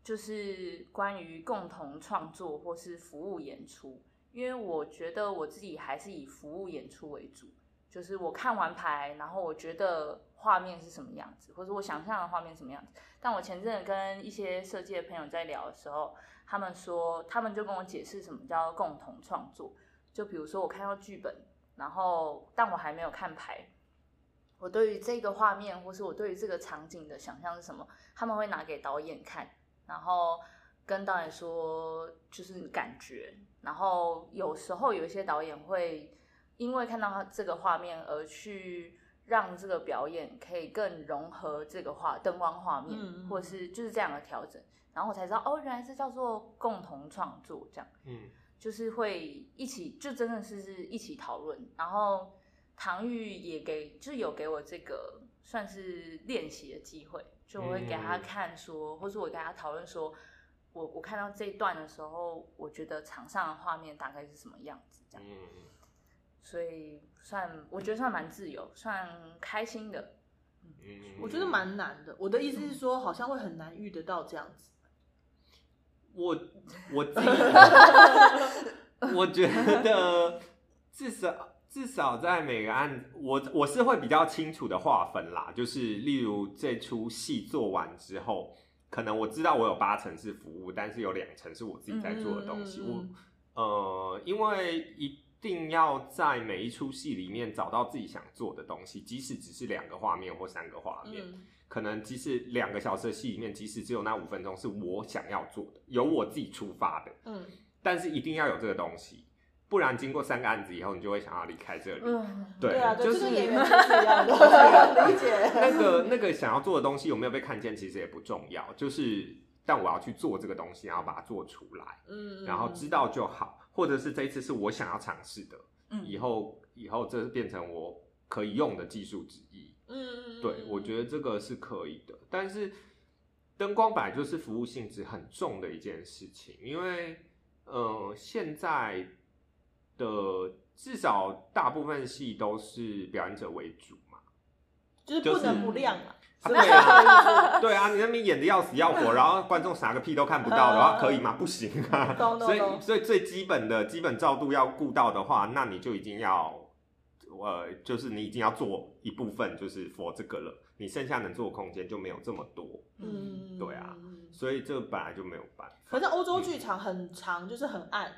[SPEAKER 3] 就是关于共同创作或是服务演出，因为我觉得我自己还是以服务演出为主，就是我看完牌，然后我觉得画面是什么样子，或者我想象的画面是什么样子。但我前阵子跟一些设计的朋友在聊的时候，他们说，他们就跟我解释什么叫共同创作。就比如说我看到剧本，然后但我还没有看牌，我对于这个画面或是我对于这个场景的想象是什么，他们会拿给导演看，然后跟导演说就是感觉，然后有时候有一些导演会因为看到他这个画面而去。让这个表演可以更融合这个画灯光画面，
[SPEAKER 1] 嗯
[SPEAKER 3] 或是就是这样的调整，然后我才知道哦，原来是叫做共同创作这样。
[SPEAKER 2] 嗯
[SPEAKER 3] 就是会一起，就真的是是一起讨论。然后唐钰也给，就有给我这个算是练习的机会，就我会给
[SPEAKER 2] 嗯
[SPEAKER 3] 他看说，或是我跟他讨论说，我我看到这一段的时候，我觉得场上的画面大概是什么样子这样。
[SPEAKER 2] 嗯，
[SPEAKER 3] 所以算我觉得算蛮自由，算开心的。
[SPEAKER 2] 嗯
[SPEAKER 1] 我觉得。蛮难的。我的意思是说，好像会很难遇得到这样子。
[SPEAKER 2] 我我自己，我觉得至少至少在每个案，我我是会比较清楚的划分啦，就是例如这出戏做完之后，可能我知道我有八成是服务，但是有两成是我自己在做的东西。
[SPEAKER 1] 嗯嗯嗯
[SPEAKER 2] 我呃，因为一定要在每一出戏里面找到自己想做的东西，即使只是两个画面或三个画面，
[SPEAKER 1] 嗯
[SPEAKER 2] 可能即使两个小时的戏里面，即使只有那五分钟是我想要做的，由我自己出发的，
[SPEAKER 1] 嗯，
[SPEAKER 2] 但是一定要有这个东西，不然经过三个案子以后，你就会想要离开这里。
[SPEAKER 3] 嗯，
[SPEAKER 2] 对
[SPEAKER 1] 对啊，对，
[SPEAKER 2] 就
[SPEAKER 1] 这
[SPEAKER 2] 是
[SPEAKER 1] 跟演员就是一样的，理
[SPEAKER 2] 那
[SPEAKER 1] 解。
[SPEAKER 2] 个那个想要做的东西有没有被看见，其实也不重要，就是但我要去做这个东西，然后把它做出来，
[SPEAKER 1] 嗯，
[SPEAKER 2] 然后知道就好，或者是这一次是我想要尝试的，
[SPEAKER 3] 嗯
[SPEAKER 2] 以后以后这变成我可以用的技术之一。
[SPEAKER 1] 嗯，嗯，
[SPEAKER 2] 对，我觉得这个是可以的，但是灯光本来就是服务性质很重的一件事情，因为呃，现在的至少大部分戏都是表演者为主嘛。
[SPEAKER 1] 就是不能不亮啊。
[SPEAKER 2] 啊
[SPEAKER 1] 是
[SPEAKER 2] 对
[SPEAKER 1] 不是这
[SPEAKER 2] 啊，
[SPEAKER 1] 个意思
[SPEAKER 2] 对啊，你那边演的要死要活，然后观众啥个屁都看不到的话，可以吗？不行啊。
[SPEAKER 1] 懂
[SPEAKER 2] 所
[SPEAKER 1] 懂
[SPEAKER 2] 以，
[SPEAKER 1] 懂。
[SPEAKER 2] 所以最基本的基本照度要顾到的话，那你就已经要，呃，就是你已经要做一部分，就是 for 这个了。你剩下能做的空间就没有这么多，
[SPEAKER 3] 嗯，
[SPEAKER 1] 嗯，
[SPEAKER 2] 对啊。所以这本来就没有办法。
[SPEAKER 1] 可是欧洲剧场很长，就是很暗，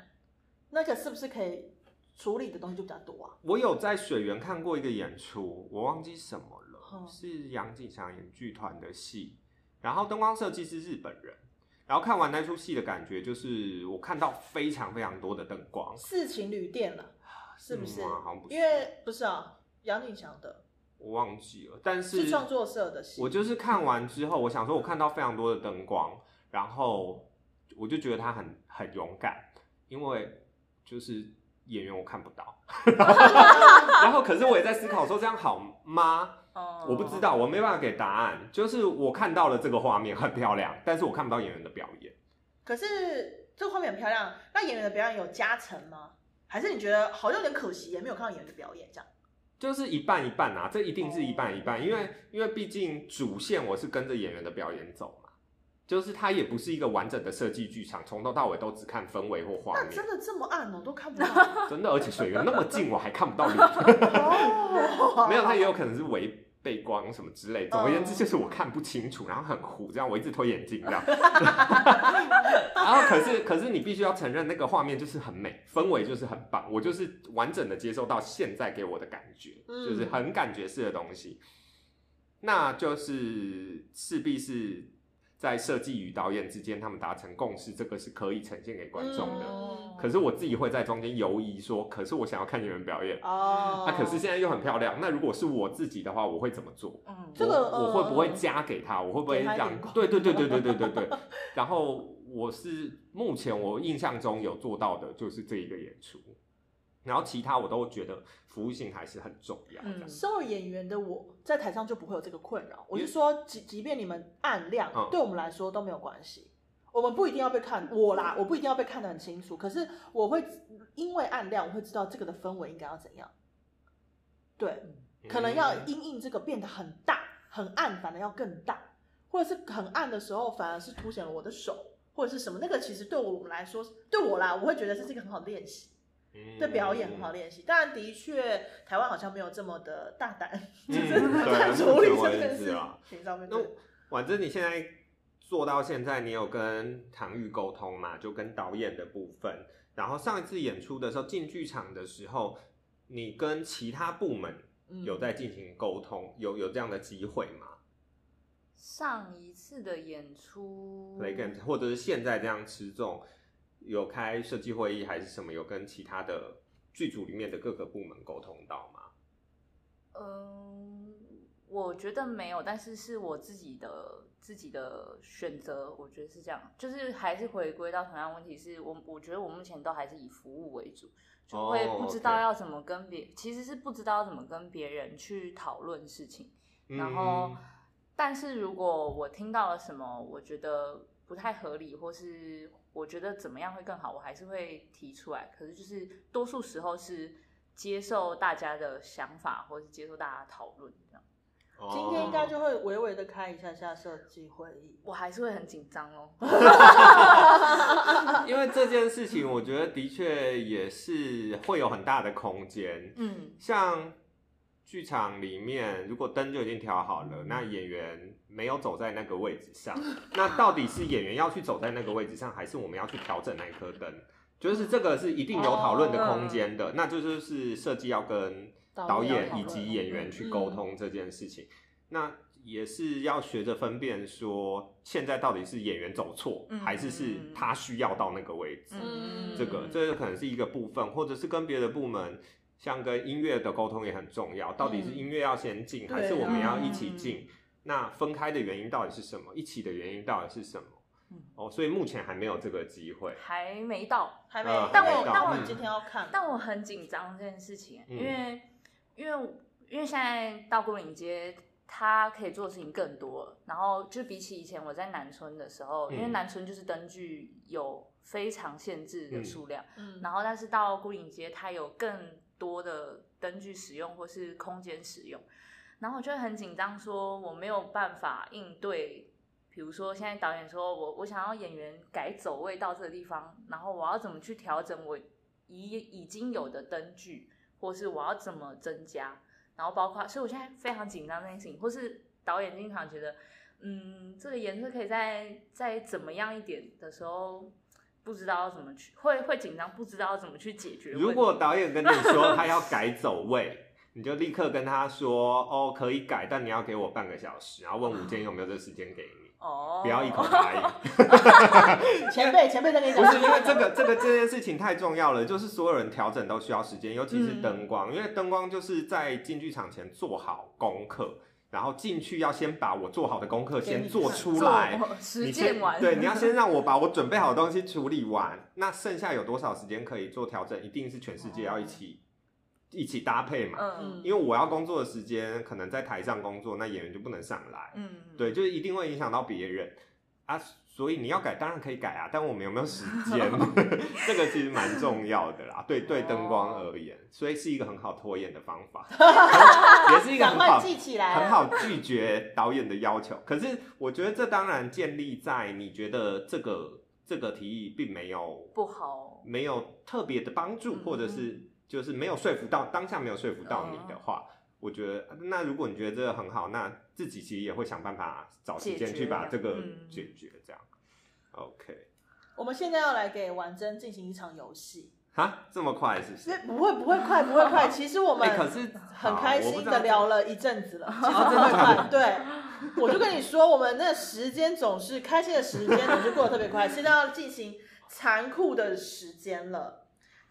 [SPEAKER 1] 那个是不是可以处理的东西就比较多啊？
[SPEAKER 2] 我有在水源看过一个演出，我忘记什么了，
[SPEAKER 1] 嗯
[SPEAKER 2] 是杨景祥演剧团的戏，然后灯光设计是日本人，然后看完那出戏的感觉就是我看到非常非常多的灯光，
[SPEAKER 1] 是情侣店了，是不是？
[SPEAKER 2] 哦嗯啊好像不是
[SPEAKER 1] 因为不是啊，杨景祥的
[SPEAKER 2] 我忘记了，但是
[SPEAKER 1] 是创作社的戏，
[SPEAKER 2] 我就是看完之后，我想说，我看到非常多的灯光，然后我就觉得他很很勇敢，因为就是演员我看不到， 然后可是我也在思考说这样好吗？
[SPEAKER 3] 哦
[SPEAKER 2] 我不知。道，我没办法给答案。就是我看到了这个画面很漂亮，但是我看不到演员的表演。
[SPEAKER 1] 可是这个画面很漂亮，那演员的表演有加成吗？还是你觉得好像有点可惜，也没有看到演员的表演这样？
[SPEAKER 2] 就是一半一半啊，这一定是一半一半，因为因为毕竟主线我是跟着演员的表演走嘛，就是它也不是一个完整的设计剧场，从头到尾都只看氛围或画
[SPEAKER 1] 那
[SPEAKER 2] 面，
[SPEAKER 1] 真的这么暗哦，都看不 到
[SPEAKER 2] 真的，而且水源那么近，我还看不到你，
[SPEAKER 1] 哦。
[SPEAKER 2] 没有，它也有可能是违背光什么之类，总而言之
[SPEAKER 1] 嗯
[SPEAKER 2] 就是我看不清楚，然后很糊，这样我一直推眼镜这样， 然后可是可是你必须要承认那个画面就是很美，氛围就是很棒，我就是完整的接受到现在给我的感觉，
[SPEAKER 1] 嗯
[SPEAKER 2] 就是很感觉式的东西，那就是势必是在设计与导演之间他们达成共识，这个是可以呈现给观众的。
[SPEAKER 1] 嗯
[SPEAKER 2] 可是我自己会在中间犹疑说，可是我想要看你们表演，
[SPEAKER 1] 哦，
[SPEAKER 2] 啊那、可是现在又很漂亮，那如果是我自己的话，我会怎么做？
[SPEAKER 3] 嗯，
[SPEAKER 1] 这个
[SPEAKER 2] 我我
[SPEAKER 1] 呃
[SPEAKER 2] 会不会加给他？我会不会
[SPEAKER 1] 给他一
[SPEAKER 2] 让
[SPEAKER 1] 点光？
[SPEAKER 2] 对对对对对对对 对。然后我是目前我印象中有做到的就是这一个演出，然后其他我都觉得服务性还是很重要的。
[SPEAKER 3] 嗯
[SPEAKER 1] 身为演员的我，在台上就不会有这个困扰。我
[SPEAKER 2] 因
[SPEAKER 1] 是
[SPEAKER 2] 为
[SPEAKER 1] 说，即即便你们暗亮，
[SPEAKER 2] 嗯
[SPEAKER 1] 对我们来说都没有关系。我们不一定要被看，我啦，我不一定要被看得很清楚。可是我会因为暗亮，我会知道这个的氛围应该要怎样。对，可能要
[SPEAKER 2] 嗯
[SPEAKER 1] 因应这个变得很大、很暗，反而要更大，或者是很暗的时候，反而是凸显了我的手或者是什么。那个其实对我们来说，对我啦，我会觉得这是一个很好的练习。
[SPEAKER 2] 嗯
[SPEAKER 1] 对表演很好。练习。当然，的确，台湾好像没有这么的大胆，
[SPEAKER 2] 嗯
[SPEAKER 1] 就是
[SPEAKER 2] 对
[SPEAKER 1] 在处理
[SPEAKER 2] 目
[SPEAKER 1] 这
[SPEAKER 2] 前为
[SPEAKER 1] 件
[SPEAKER 2] 止
[SPEAKER 1] 事
[SPEAKER 2] 啊
[SPEAKER 1] 情上面。
[SPEAKER 2] 那婉珍，你现在做到现在，你有跟唐玉沟通嘛？就跟导演的部分。然后上一次演出的时候，进剧场的时候，你跟其他部门
[SPEAKER 1] 嗯
[SPEAKER 2] 有在进行沟通，有有这样的机会吗？
[SPEAKER 3] 上一次的演出
[SPEAKER 1] 嗯
[SPEAKER 2] l e g a n 或者是现在这样吃重，有开设计会议还是什么？有跟其他的剧组里面的各个部门沟通到吗？
[SPEAKER 3] 嗯，我觉得没有，但是是我自己的自己的选择，我觉得是这样，就是还是回归到同样问题是，我我觉得我目前都还是以服务为主，就会
[SPEAKER 2] 哦
[SPEAKER 3] 不知道
[SPEAKER 2] ，OK
[SPEAKER 3] 要怎么跟别其实是不知道怎么跟别人去讨论事情，然后
[SPEAKER 2] 嗯，
[SPEAKER 3] 但是如果我听到了什么，我觉得不太合理，或是我觉得怎么样会更好，我还是会提出来。可是就是多数时候是接受大家的想法，或是接受大家的讨论这样。
[SPEAKER 1] 今天应该
[SPEAKER 2] 哦
[SPEAKER 1] 就会微微的开一下下设计会议。
[SPEAKER 3] 我还是会很紧张哦。
[SPEAKER 2] 哦 因为这件事情，我觉得的确也是会有很大的空间。
[SPEAKER 3] 嗯，
[SPEAKER 2] 像剧场里面，如果灯就已经调好
[SPEAKER 3] 嗯
[SPEAKER 2] 了，那演员没有走在那个位置上， 那到底是演员要去走在那个位置上，还是我们要去调整那一颗灯？就是这个是一定有讨论的空间
[SPEAKER 3] 哦
[SPEAKER 2] 的，那这就是设计要跟导演以及演员去沟通这件事
[SPEAKER 3] 嗯
[SPEAKER 2] 情。那也是要学着分辨，说现在到底是演员走错，
[SPEAKER 3] 嗯
[SPEAKER 2] 还是是他需要到那个位置。
[SPEAKER 3] 嗯
[SPEAKER 2] 这个，这个可能是一个部分，或者是跟别的部门，像跟音乐的沟通也很重要。到底
[SPEAKER 3] 嗯
[SPEAKER 2] 是音乐要先进，
[SPEAKER 1] 对
[SPEAKER 2] 还是我们
[SPEAKER 3] 啊
[SPEAKER 2] 要一起进？那分开的原因到底是什么？一起的原因到底是什么
[SPEAKER 3] 嗯？
[SPEAKER 2] 哦，所以目前还没有这个机会。
[SPEAKER 3] 还没到，
[SPEAKER 1] 还没
[SPEAKER 2] 呃，
[SPEAKER 1] 但
[SPEAKER 3] 还
[SPEAKER 1] 我
[SPEAKER 3] 没到
[SPEAKER 1] 但我
[SPEAKER 2] 嗯
[SPEAKER 1] 今天要看，
[SPEAKER 3] 但我很紧张这件事情，
[SPEAKER 2] 嗯
[SPEAKER 3] 因为因为因为现在到牯岭街，它可以做的事情更多了。然后就比起以前我在南村的时候，
[SPEAKER 2] 嗯
[SPEAKER 3] 因为南村就是灯具有非常限制的数量，
[SPEAKER 1] 嗯，
[SPEAKER 3] 然后但是到牯岭街，它有更多的灯具使用或是空间使用，然后我就会很紧张，说我没有办法应对。比如说，现在导演说我我想要演员改走位到这个地方，然后我要怎么去调整我已已经有的灯具，或是我要怎么增加，然后包括，所以我现在非常紧张这件事情，或是导演经常觉得，嗯，这个颜色可以再再怎么样一点的时候，不知道要怎么去，会会紧张，不知道要怎么去解决问题。
[SPEAKER 2] 如果导演跟你说他要改走位，你就立刻跟他说哦，可以改，但你要给我半个小时，然后问吴 坚有没有这时间给你，
[SPEAKER 3] 哦，
[SPEAKER 2] 不要一口答应。
[SPEAKER 1] 前辈前辈在跟你
[SPEAKER 2] 不
[SPEAKER 1] 讲，
[SPEAKER 2] 是因为这个这个这件事情太重要了，就是所有人调整
[SPEAKER 3] 嗯
[SPEAKER 2] 都需要时间，尤其是灯光，因为灯光就是在进剧场前做好功课，然后进去要先把我做好的功课
[SPEAKER 1] 给你
[SPEAKER 2] 先做
[SPEAKER 1] 看
[SPEAKER 2] 出来，
[SPEAKER 3] 做实
[SPEAKER 2] 你
[SPEAKER 3] 践
[SPEAKER 2] 先
[SPEAKER 3] 完，
[SPEAKER 2] 对，你要先让我把我准备好的东西处理完，那剩下有多少时间可以做调整？一定是全世界要一起、一起搭配嘛。
[SPEAKER 3] 嗯
[SPEAKER 2] 因为我要工作的时间可能在台上工作，那演员就不能上来，
[SPEAKER 3] 嗯，
[SPEAKER 2] 对，就是一定会影响到别人啊。所以你要改，当然可以改啊，但我们有没有时 间，这个其实蛮重要的啦。对对，灯光
[SPEAKER 1] 哦
[SPEAKER 2] 而言，所以是一个很好拖延的方 法，也是一个
[SPEAKER 1] 赶
[SPEAKER 2] 很
[SPEAKER 1] 快
[SPEAKER 2] 好
[SPEAKER 1] 记起来，
[SPEAKER 2] 很。好拒绝导演的要求。可是我觉得这当然建立在你觉得这个这个提议并没有
[SPEAKER 3] 不好，
[SPEAKER 2] 没有特别的帮助，
[SPEAKER 3] 嗯
[SPEAKER 2] 或者是就是没有说服到当下没有说服到你的话。我觉得，那如果你觉得这个很好，那自己其实也会想办法找时间
[SPEAKER 3] 解决
[SPEAKER 2] 去把这个
[SPEAKER 3] 嗯
[SPEAKER 2] 解决，这样。OK，
[SPEAKER 1] 我们现在要来给婉珍进行一场游戏，
[SPEAKER 2] 哈，这么快是不是
[SPEAKER 1] 所以？不会不会快不会快，其实我们
[SPEAKER 2] 哎，可是
[SPEAKER 1] 很开心的聊，了一阵子了，
[SPEAKER 2] 好我不知 道这个哦真的假的？
[SPEAKER 1] 对，我就跟你说，我们那时间总是开心的时间总是过得特别快，现在要进行残酷的时间了。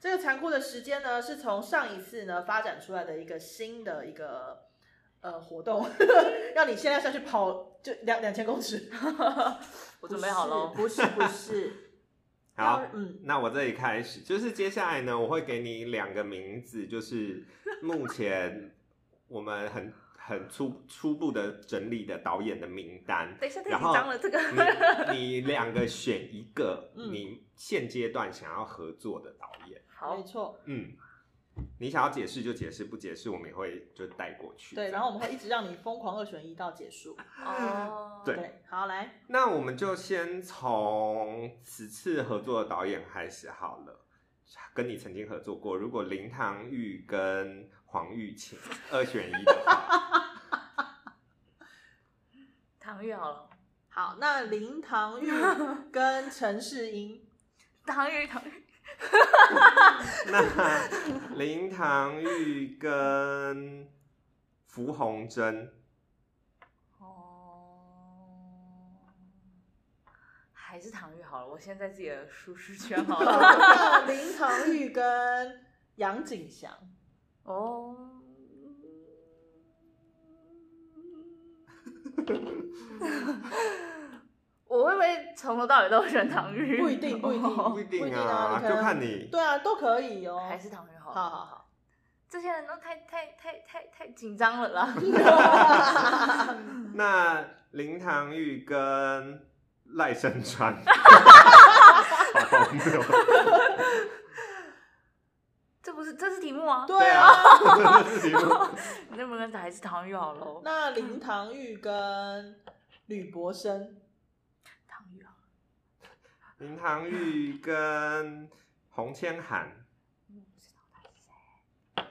[SPEAKER 1] 这个残酷的时间呢，是从上一次呢发展出来的一个新的一个呃活动， 让你现在下去跑就两两千公尺。
[SPEAKER 3] 我准备好了，哦
[SPEAKER 1] 不是哦不是不是，
[SPEAKER 2] 好，
[SPEAKER 1] 要，嗯，
[SPEAKER 2] 那我这里开始，就是接下来呢，我会给你两个名字，就是目前我们很很初初步的整理的导演的名单。
[SPEAKER 3] 等一下太
[SPEAKER 2] 然
[SPEAKER 3] 紧
[SPEAKER 2] 后
[SPEAKER 3] 张了，这个
[SPEAKER 2] 你 你两个选一个，
[SPEAKER 1] 嗯
[SPEAKER 2] 你现阶段想要合作的导演，
[SPEAKER 3] 好
[SPEAKER 1] 没，错，
[SPEAKER 2] 嗯，你想要解释就解释，不解释我们也会就带过去。
[SPEAKER 1] 对，然后我们会一直让你疯狂二选一到结
[SPEAKER 3] 啊
[SPEAKER 1] 束。
[SPEAKER 3] 哦，
[SPEAKER 2] 嗯对
[SPEAKER 1] 对，好来，
[SPEAKER 2] 那我们就先从此次合作的导演开始好了，跟你曾经合作过，如果林唐玉跟黄玉琴二选一的 话，
[SPEAKER 3] 唐玉好了，
[SPEAKER 1] 好，那林唐 玉跟陈世英。
[SPEAKER 3] 唐玉唐玉，
[SPEAKER 2] 那林唐玉跟符红珍，
[SPEAKER 3] 哦，还是唐玉好了，我现在自己的舒适圈好 了，
[SPEAKER 1] 那林唐玉跟杨景祥，
[SPEAKER 3] 哦。我会不会从头到尾都选唐玉？
[SPEAKER 1] 不一定不一定
[SPEAKER 2] 不一
[SPEAKER 1] 不一
[SPEAKER 2] 定
[SPEAKER 1] 定啊
[SPEAKER 2] 啊，
[SPEAKER 1] 你可
[SPEAKER 2] 就
[SPEAKER 1] 能
[SPEAKER 2] 看你。
[SPEAKER 1] 对啊，都可以哦。
[SPEAKER 3] 还是唐玉好
[SPEAKER 1] 好
[SPEAKER 3] 了。
[SPEAKER 1] 好好，
[SPEAKER 3] 这些人都太太太太太紧张了啦。
[SPEAKER 2] 那林唐玉跟赖声 川，好荒谬
[SPEAKER 3] 这不是这是题目啊？
[SPEAKER 1] 对啊。
[SPEAKER 2] 真的是题目
[SPEAKER 3] 那不能打还是唐玉好喽？
[SPEAKER 1] 那林唐玉跟吕伯生，
[SPEAKER 3] 唐玉好，
[SPEAKER 2] 林唐玉跟洪千涵，
[SPEAKER 3] 嗯不知道他是谁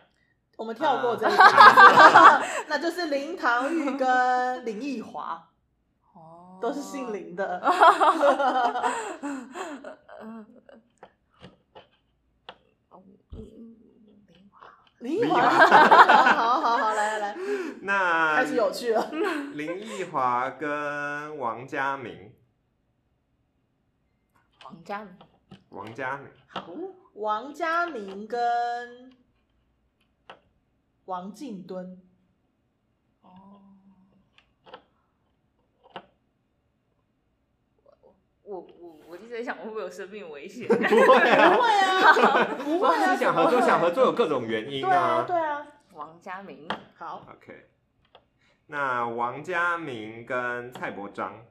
[SPEAKER 1] 我们跳过这一
[SPEAKER 2] 啊
[SPEAKER 1] 个， 那就是林唐玉跟林奕华，
[SPEAKER 3] 哦，
[SPEAKER 1] 都是姓。林的。
[SPEAKER 3] 哦嗯，
[SPEAKER 1] 林
[SPEAKER 3] 林华
[SPEAKER 1] 奕 华，好好好，来来来，
[SPEAKER 3] 嗯
[SPEAKER 2] 那
[SPEAKER 1] 开始有趣了。
[SPEAKER 2] 林奕华跟王佳明，
[SPEAKER 3] 王嘉明，
[SPEAKER 2] 王 佳明，
[SPEAKER 1] 王嘉明跟王静敦，
[SPEAKER 3] 哦，我我我我一直在想会不会有生命危 险？
[SPEAKER 2] 不会
[SPEAKER 1] 不
[SPEAKER 2] 啊，
[SPEAKER 1] 会啊，不 会啊，
[SPEAKER 2] 是想合
[SPEAKER 1] 怎么
[SPEAKER 2] 作
[SPEAKER 1] 会
[SPEAKER 2] 想合作有各种原因
[SPEAKER 1] 对啊，
[SPEAKER 2] 啊。
[SPEAKER 1] 对啊，
[SPEAKER 3] 王嘉明，
[SPEAKER 1] 好，
[SPEAKER 2] OK，那王佳明跟蔡伯章，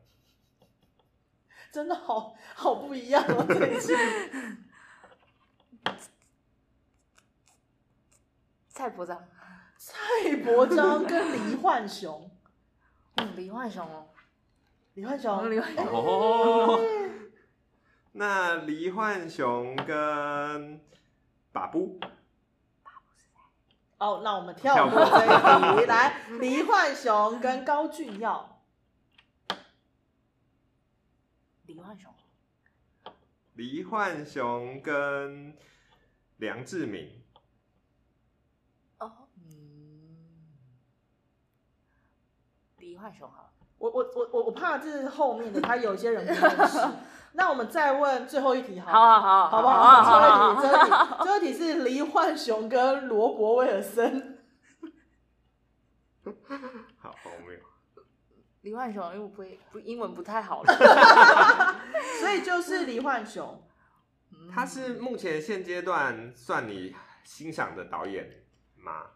[SPEAKER 1] 真的好好不一样哦，这一期
[SPEAKER 3] 蔡部长，
[SPEAKER 1] 蔡伯章跟黎焕雄，
[SPEAKER 3] 嗯，李焕雄哦，
[SPEAKER 1] 黎焕雄，
[SPEAKER 3] 李焕雄，
[SPEAKER 2] 哦，那黎焕雄跟把布，
[SPEAKER 1] 哦，那我们跳过这一题， 来，黎焕雄跟高俊耀，
[SPEAKER 3] 李焕雄，
[SPEAKER 2] 黎焕雄跟梁志明，
[SPEAKER 3] 哦，嗯，李焕雄好了，
[SPEAKER 1] 我我我我我怕这是后面的，他有一些人不认 识，那我们再问最后一题好了，
[SPEAKER 2] 啊
[SPEAKER 3] 好好
[SPEAKER 1] 好不
[SPEAKER 3] 好啊
[SPEAKER 1] 好？
[SPEAKER 3] 好好
[SPEAKER 1] 最后一题，最后一题，最后一题是黎焕雄跟罗伯威尔森。
[SPEAKER 2] 好，荒谬。
[SPEAKER 3] 李焕雄，因为我不会不英文不太好了，
[SPEAKER 1] 所以就是李焕雄，
[SPEAKER 2] 他是目前现阶段算你欣赏的导演吗？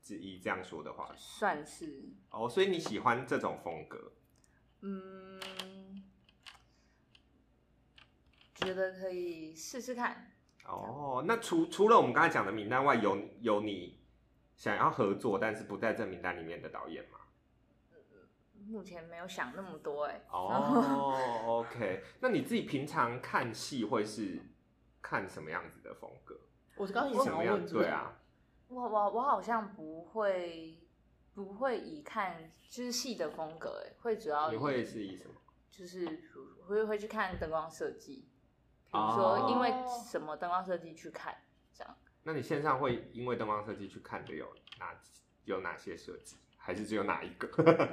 [SPEAKER 2] 之一这样说的话，
[SPEAKER 3] 算是
[SPEAKER 2] 哦，所以你喜欢这种风格，
[SPEAKER 3] 嗯，觉得可以试试看。
[SPEAKER 2] 哦，那除除了我们刚才讲的名单外，有有你想要合作但是不在这名单里面的导演吗？
[SPEAKER 3] 目前没有想那么多哎、
[SPEAKER 2] 哦，OK，那你自己平常看戏会是看什么样子的风格？
[SPEAKER 1] 我刚刚也
[SPEAKER 2] 什
[SPEAKER 1] 想
[SPEAKER 2] 么
[SPEAKER 1] 要
[SPEAKER 2] 样？
[SPEAKER 1] 问这个
[SPEAKER 2] 对，啊，
[SPEAKER 3] 我我我好像不会不会以看就是戏的风格哎、会主要
[SPEAKER 2] 你
[SPEAKER 3] 以
[SPEAKER 2] 会是以什么？
[SPEAKER 3] 就是会会去看灯光设计，比如说因为
[SPEAKER 1] 哦
[SPEAKER 3] 什么灯光设计去看这样。
[SPEAKER 2] 那你线上会因为灯光设计去看的有哪有哪些设计，还是只有哪 一个？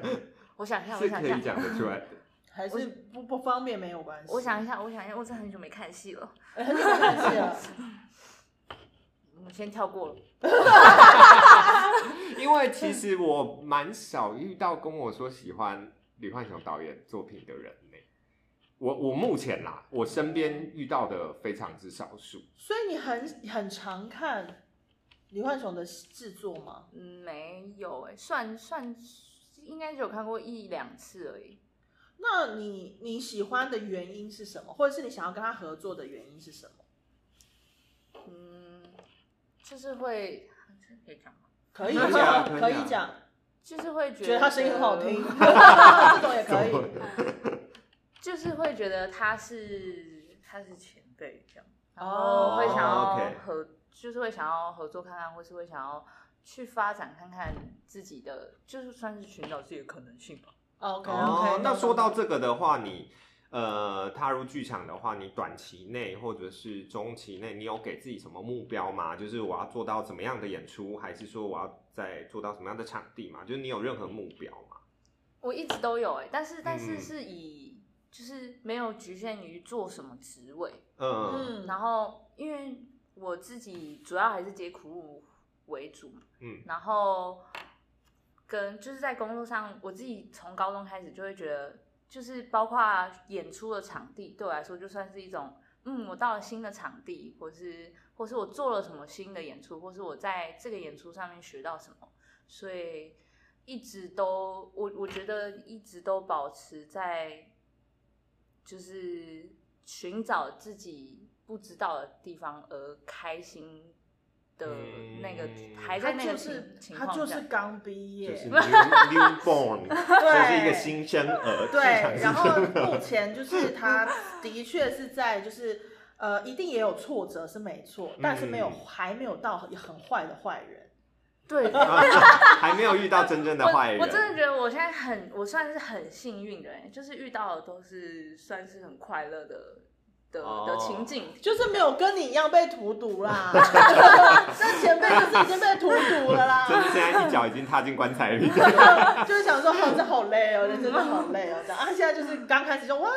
[SPEAKER 3] 我想一下，我
[SPEAKER 2] 是
[SPEAKER 3] 想
[SPEAKER 2] 可
[SPEAKER 3] 一
[SPEAKER 2] 以
[SPEAKER 3] 下
[SPEAKER 2] 讲，得出来的。
[SPEAKER 1] 还是不不方便没有关系。
[SPEAKER 3] 我想一下，我想一下，我真的很久没看戏了，
[SPEAKER 1] 哎很久没看戏了，
[SPEAKER 3] 我们先跳过了。
[SPEAKER 2] 因为其实我蛮少遇到跟我说喜欢李焕雄导演作品的人呢、我我目前啦，我身边遇到的非常之少数。
[SPEAKER 1] 所以你很很常看李焕雄的制作吗？
[SPEAKER 3] 嗯，没有哎、算算应该只有看过一两次而已。
[SPEAKER 1] 那你你喜欢的原因是什么，或者是你想要跟他合作的原因是什么？
[SPEAKER 3] 嗯，就是会，这可以讲吗？
[SPEAKER 1] 可以
[SPEAKER 2] 可以啊
[SPEAKER 1] 讲，
[SPEAKER 2] 可以啊
[SPEAKER 1] 可以讲，
[SPEAKER 3] 就是会觉得
[SPEAKER 1] 觉得他声音很好听，这种也可
[SPEAKER 2] 怎么
[SPEAKER 1] 以。
[SPEAKER 3] 就是会觉得他是他是前辈这样，然
[SPEAKER 1] 哦
[SPEAKER 3] 后会想
[SPEAKER 2] 哦
[SPEAKER 3] 要
[SPEAKER 2] ，OK
[SPEAKER 3] 合，就是会想要合作看看，或是会想要去发展看看自己的，就是算是寻找自己的可能性吧。
[SPEAKER 1] OK
[SPEAKER 2] 哦
[SPEAKER 1] OK，，
[SPEAKER 2] 那说到这个的话，你呃踏入剧场的话，你短期内或者是中期内，你有给自己什么目标吗？就是我要做到怎么样的演出，还是说我要再做到什么样的场地嘛？就是你有任何目标吗？
[SPEAKER 3] 我一直都有哎、但是但
[SPEAKER 2] 嗯
[SPEAKER 3] 是是以、就是没有局限于做什么职位，
[SPEAKER 2] 嗯
[SPEAKER 1] 嗯，
[SPEAKER 3] 然后因为我自己主要还是接苦务为主嘛，
[SPEAKER 2] 嗯
[SPEAKER 3] 然后跟就是在工作上，我自己从高中开始就会觉得，就是包括演出的场地对我来说，就算是一种，嗯，我到了新的场地，或是或是我做了什么新的演出，或是我在这个演出上面学到什么，所以一直都我我觉得一直都保持在就是寻找自己不知道的地方而开心的那个，
[SPEAKER 2] 嗯
[SPEAKER 3] 还
[SPEAKER 1] 他
[SPEAKER 3] 在那个
[SPEAKER 1] 就
[SPEAKER 3] 情、
[SPEAKER 1] 是
[SPEAKER 3] 情
[SPEAKER 1] 他
[SPEAKER 3] 况下，
[SPEAKER 1] 就是刚毕业，
[SPEAKER 2] 就是 new newborn，就是一个新生儿，
[SPEAKER 1] 对
[SPEAKER 2] 市场，新
[SPEAKER 1] 然
[SPEAKER 2] 生
[SPEAKER 1] 后目前就是他的确是在就是呃，一定也有挫折是没错，但是没有、
[SPEAKER 2] 嗯
[SPEAKER 1] 还没有到很坏的坏人。
[SPEAKER 3] 对，
[SPEAKER 2] 还没有遇到真正的坏人。
[SPEAKER 3] 我。我真的觉得我现在很，我算是很幸运的人，就是遇到的都是算是很快乐的的的
[SPEAKER 2] 哦
[SPEAKER 3] 情景。
[SPEAKER 1] 就是没有跟你一样被荼毒 啦，那前辈就是已经被荼毒了
[SPEAKER 2] 真
[SPEAKER 1] 啦，
[SPEAKER 2] 的现在一脚已经踏进棺材 里。
[SPEAKER 1] 就是想说，哦，这好累哦，人真的好累哦，这样。啊，现在就是刚开始就哇，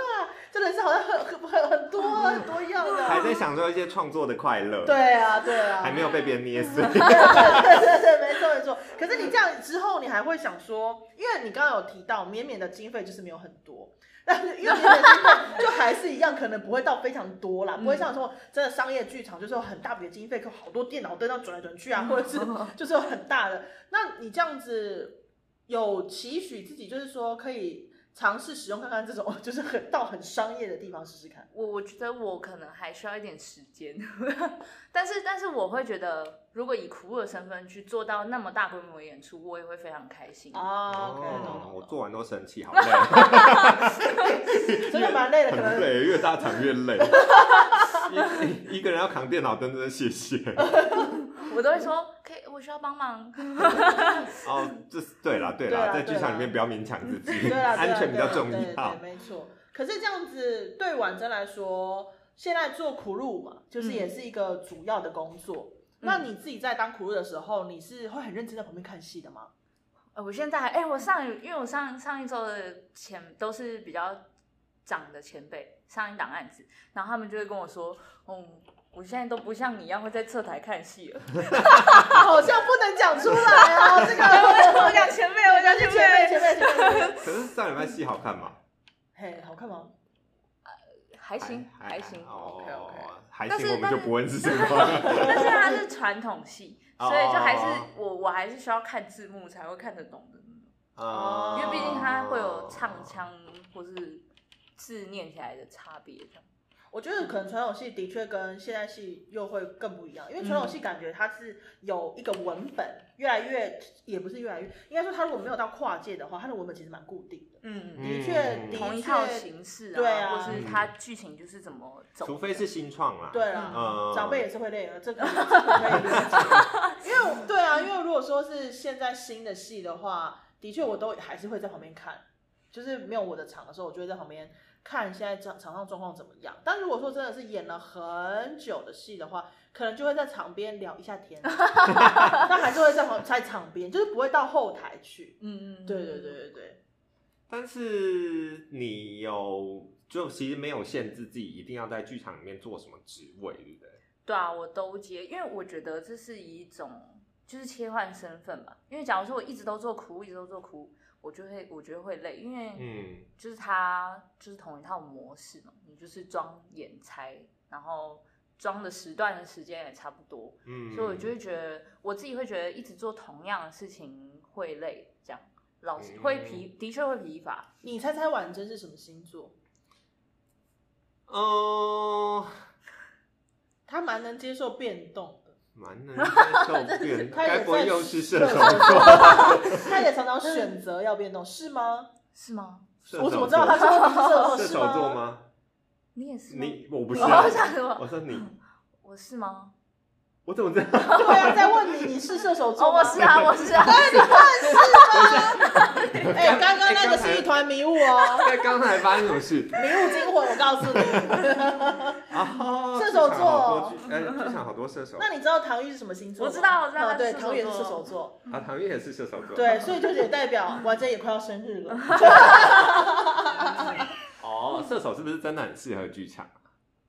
[SPEAKER 1] 这人生好像很很很很多很多样
[SPEAKER 2] 还
[SPEAKER 1] 的，
[SPEAKER 2] 在享受一些创作的快乐，，
[SPEAKER 1] 对啊，对啊，
[SPEAKER 2] 还没有被别人捏碎。
[SPEAKER 1] 对对对，没错没错。可是你这样之后，你还会想说，因为你刚刚有提到绵绵的经费就是没有很多，但是因为绵绵的经费就还是一样，可能不会到非常多啦，不会像说真的商业剧场就是有很大笔的经费，可好多电脑灯要转来转去啊，或者是就是有很大的。那你这样子有期许自己，就是说可以尝试使用看看这种，就是很到很商业的地方试试看。
[SPEAKER 3] 我我觉得我可能还需要一点时间， 但是但是我会觉得，如果以苦务的身份去做到那么大规模的演出，我也会非常开心。
[SPEAKER 1] 哦
[SPEAKER 2] 哦，我
[SPEAKER 1] ，OK，
[SPEAKER 2] 做完都生气，好累，
[SPEAKER 1] 真的蛮累的，可
[SPEAKER 2] 很
[SPEAKER 1] 能
[SPEAKER 2] 累，越大场 越累。一一个人要扛电脑，真的谢 谢。
[SPEAKER 3] 我都会说，可以，我需要帮忙。
[SPEAKER 2] 哦，这是对啦，对
[SPEAKER 1] 对
[SPEAKER 2] 啦，
[SPEAKER 1] 啦
[SPEAKER 2] 在剧场
[SPEAKER 1] 对
[SPEAKER 2] 里面
[SPEAKER 1] 啦
[SPEAKER 2] 不要勉强自己，
[SPEAKER 1] 对啊啦，对啦
[SPEAKER 2] 安全比较重
[SPEAKER 1] 对啊啦
[SPEAKER 2] 要
[SPEAKER 1] 对，。没错。可是这样子对婉珍来说，现在做苦路嘛，就是
[SPEAKER 3] 嗯
[SPEAKER 1] 也是一个主要的工作。
[SPEAKER 2] 嗯
[SPEAKER 1] 那你自己在当苦路的时候，你是会很认真在旁边看戏的吗？
[SPEAKER 3] 呃，我现在还，哎、我上一，因为我上上一周的前都是比较长的前辈，上一档案子，然后他们就会跟我说，嗯，我现在都不像你一样会在侧台看戏了。
[SPEAKER 1] 好像不能讲出来哦，这
[SPEAKER 3] 哎我
[SPEAKER 1] 个
[SPEAKER 2] 哎
[SPEAKER 3] 我讲前辈，我讲前
[SPEAKER 1] 前辈
[SPEAKER 3] 辈，
[SPEAKER 1] 前辈
[SPEAKER 2] 可是上礼拜戏好看吗？
[SPEAKER 1] 嘿，好看吗？
[SPEAKER 3] 还行还行，
[SPEAKER 2] 哦
[SPEAKER 1] OK，OK
[SPEAKER 2] 还
[SPEAKER 3] 但
[SPEAKER 2] 行
[SPEAKER 3] 是
[SPEAKER 2] 我们就
[SPEAKER 3] 但是
[SPEAKER 2] 不问是什 么。
[SPEAKER 3] 但是它是传统戏，
[SPEAKER 2] 哦
[SPEAKER 3] 所以就还
[SPEAKER 2] 哦
[SPEAKER 3] 是我我还是需要看字幕才会看得懂的，
[SPEAKER 2] 啊
[SPEAKER 3] 因为毕竟它会有唱。腔或是字念起来的差别这样。
[SPEAKER 1] 我觉得可能传统戏的确跟现代戏又会更不一样，因为传统戏感觉它是有一个文本，越来越也不是越来越，应该说它如果没有到跨界的话，它的文本其实蛮固定的。
[SPEAKER 3] 嗯，
[SPEAKER 1] 的确，
[SPEAKER 2] 嗯
[SPEAKER 1] 的
[SPEAKER 3] 同一套
[SPEAKER 1] 确，
[SPEAKER 3] 形式啊，
[SPEAKER 1] 对啊
[SPEAKER 3] 或是它剧情就是怎么走的，
[SPEAKER 2] 除非是新创啦，
[SPEAKER 1] 对啦，
[SPEAKER 2] 嗯
[SPEAKER 1] 长辈也是会累的，这个这个可以理解。因为我对啊，因为如果说是现在新的戏的话，的确我都还是会在旁边看，就是没有我的场的时候，我就会在旁边看现在场场上状况怎么样。但如果说真的是演了很久的戏的话，可能就会在场边聊一下天，但还是会在旁在场边，就是不会到后台去。
[SPEAKER 3] 嗯嗯，嗯
[SPEAKER 1] 对对对，对对，
[SPEAKER 2] 但是你有就其实没有限制自己一定要在剧场里面做什么职位，对不对？
[SPEAKER 3] 对啊，我都接，因为我觉得这是一种就是切换身份吧。因为假如说我一直都做苦，一直都做苦，我就会我觉得会累，因为
[SPEAKER 2] 嗯，
[SPEAKER 3] 就是它就是同一套模式嘛，你就是装演猜，然后装的时段的时间也差不多，
[SPEAKER 2] 嗯，
[SPEAKER 3] 所以我就会觉得我自己会觉得一直做同样的事情会累，这样老是
[SPEAKER 2] 嗯
[SPEAKER 3] 会疲，的确会疲乏。
[SPEAKER 1] 你猜猜婉珍是什么星座？
[SPEAKER 2] 嗯，
[SPEAKER 1] 她蛮能接受变动的，
[SPEAKER 2] 蛮能接受变，
[SPEAKER 1] 他也
[SPEAKER 2] 该不会
[SPEAKER 1] 在
[SPEAKER 2] 又是射
[SPEAKER 1] 对
[SPEAKER 2] 手
[SPEAKER 1] 射手
[SPEAKER 2] 座？
[SPEAKER 1] 她也常常选择要变动，是吗？
[SPEAKER 3] 是吗？
[SPEAKER 2] 射手
[SPEAKER 1] 我怎么知
[SPEAKER 2] 座
[SPEAKER 1] 道他是射
[SPEAKER 2] 射
[SPEAKER 1] 手是
[SPEAKER 2] 手座？吗？
[SPEAKER 3] 你也是吗？ 哦
[SPEAKER 2] 你我不是
[SPEAKER 3] 我
[SPEAKER 2] 啊，
[SPEAKER 3] 想什么？
[SPEAKER 2] 我说你，
[SPEAKER 3] 我是吗？
[SPEAKER 2] 我怎么知道？
[SPEAKER 1] 对啊，在问你，你是射手
[SPEAKER 3] 哦，
[SPEAKER 1] 座吗？
[SPEAKER 3] 我是啊，我是啊。
[SPEAKER 1] 哎，刚刚那个是一团迷雾哦，
[SPEAKER 2] 在刚才发生什么事？
[SPEAKER 1] 迷雾惊魂，我告诉你。
[SPEAKER 2] 啊，
[SPEAKER 1] 射手座
[SPEAKER 2] 剧场好多剧，哎，剧场好多射手。
[SPEAKER 1] 那你知道唐钰是什么星座吗？
[SPEAKER 3] 我知道我知道
[SPEAKER 1] 啊对，
[SPEAKER 3] 她是射手座
[SPEAKER 1] 唐钰也是射手座，
[SPEAKER 2] 啊，唐钰也是射手座。
[SPEAKER 1] 对，所以就是也代表完真也快要生日了。
[SPEAKER 2] 哦，射手是不是真的很适合剧场？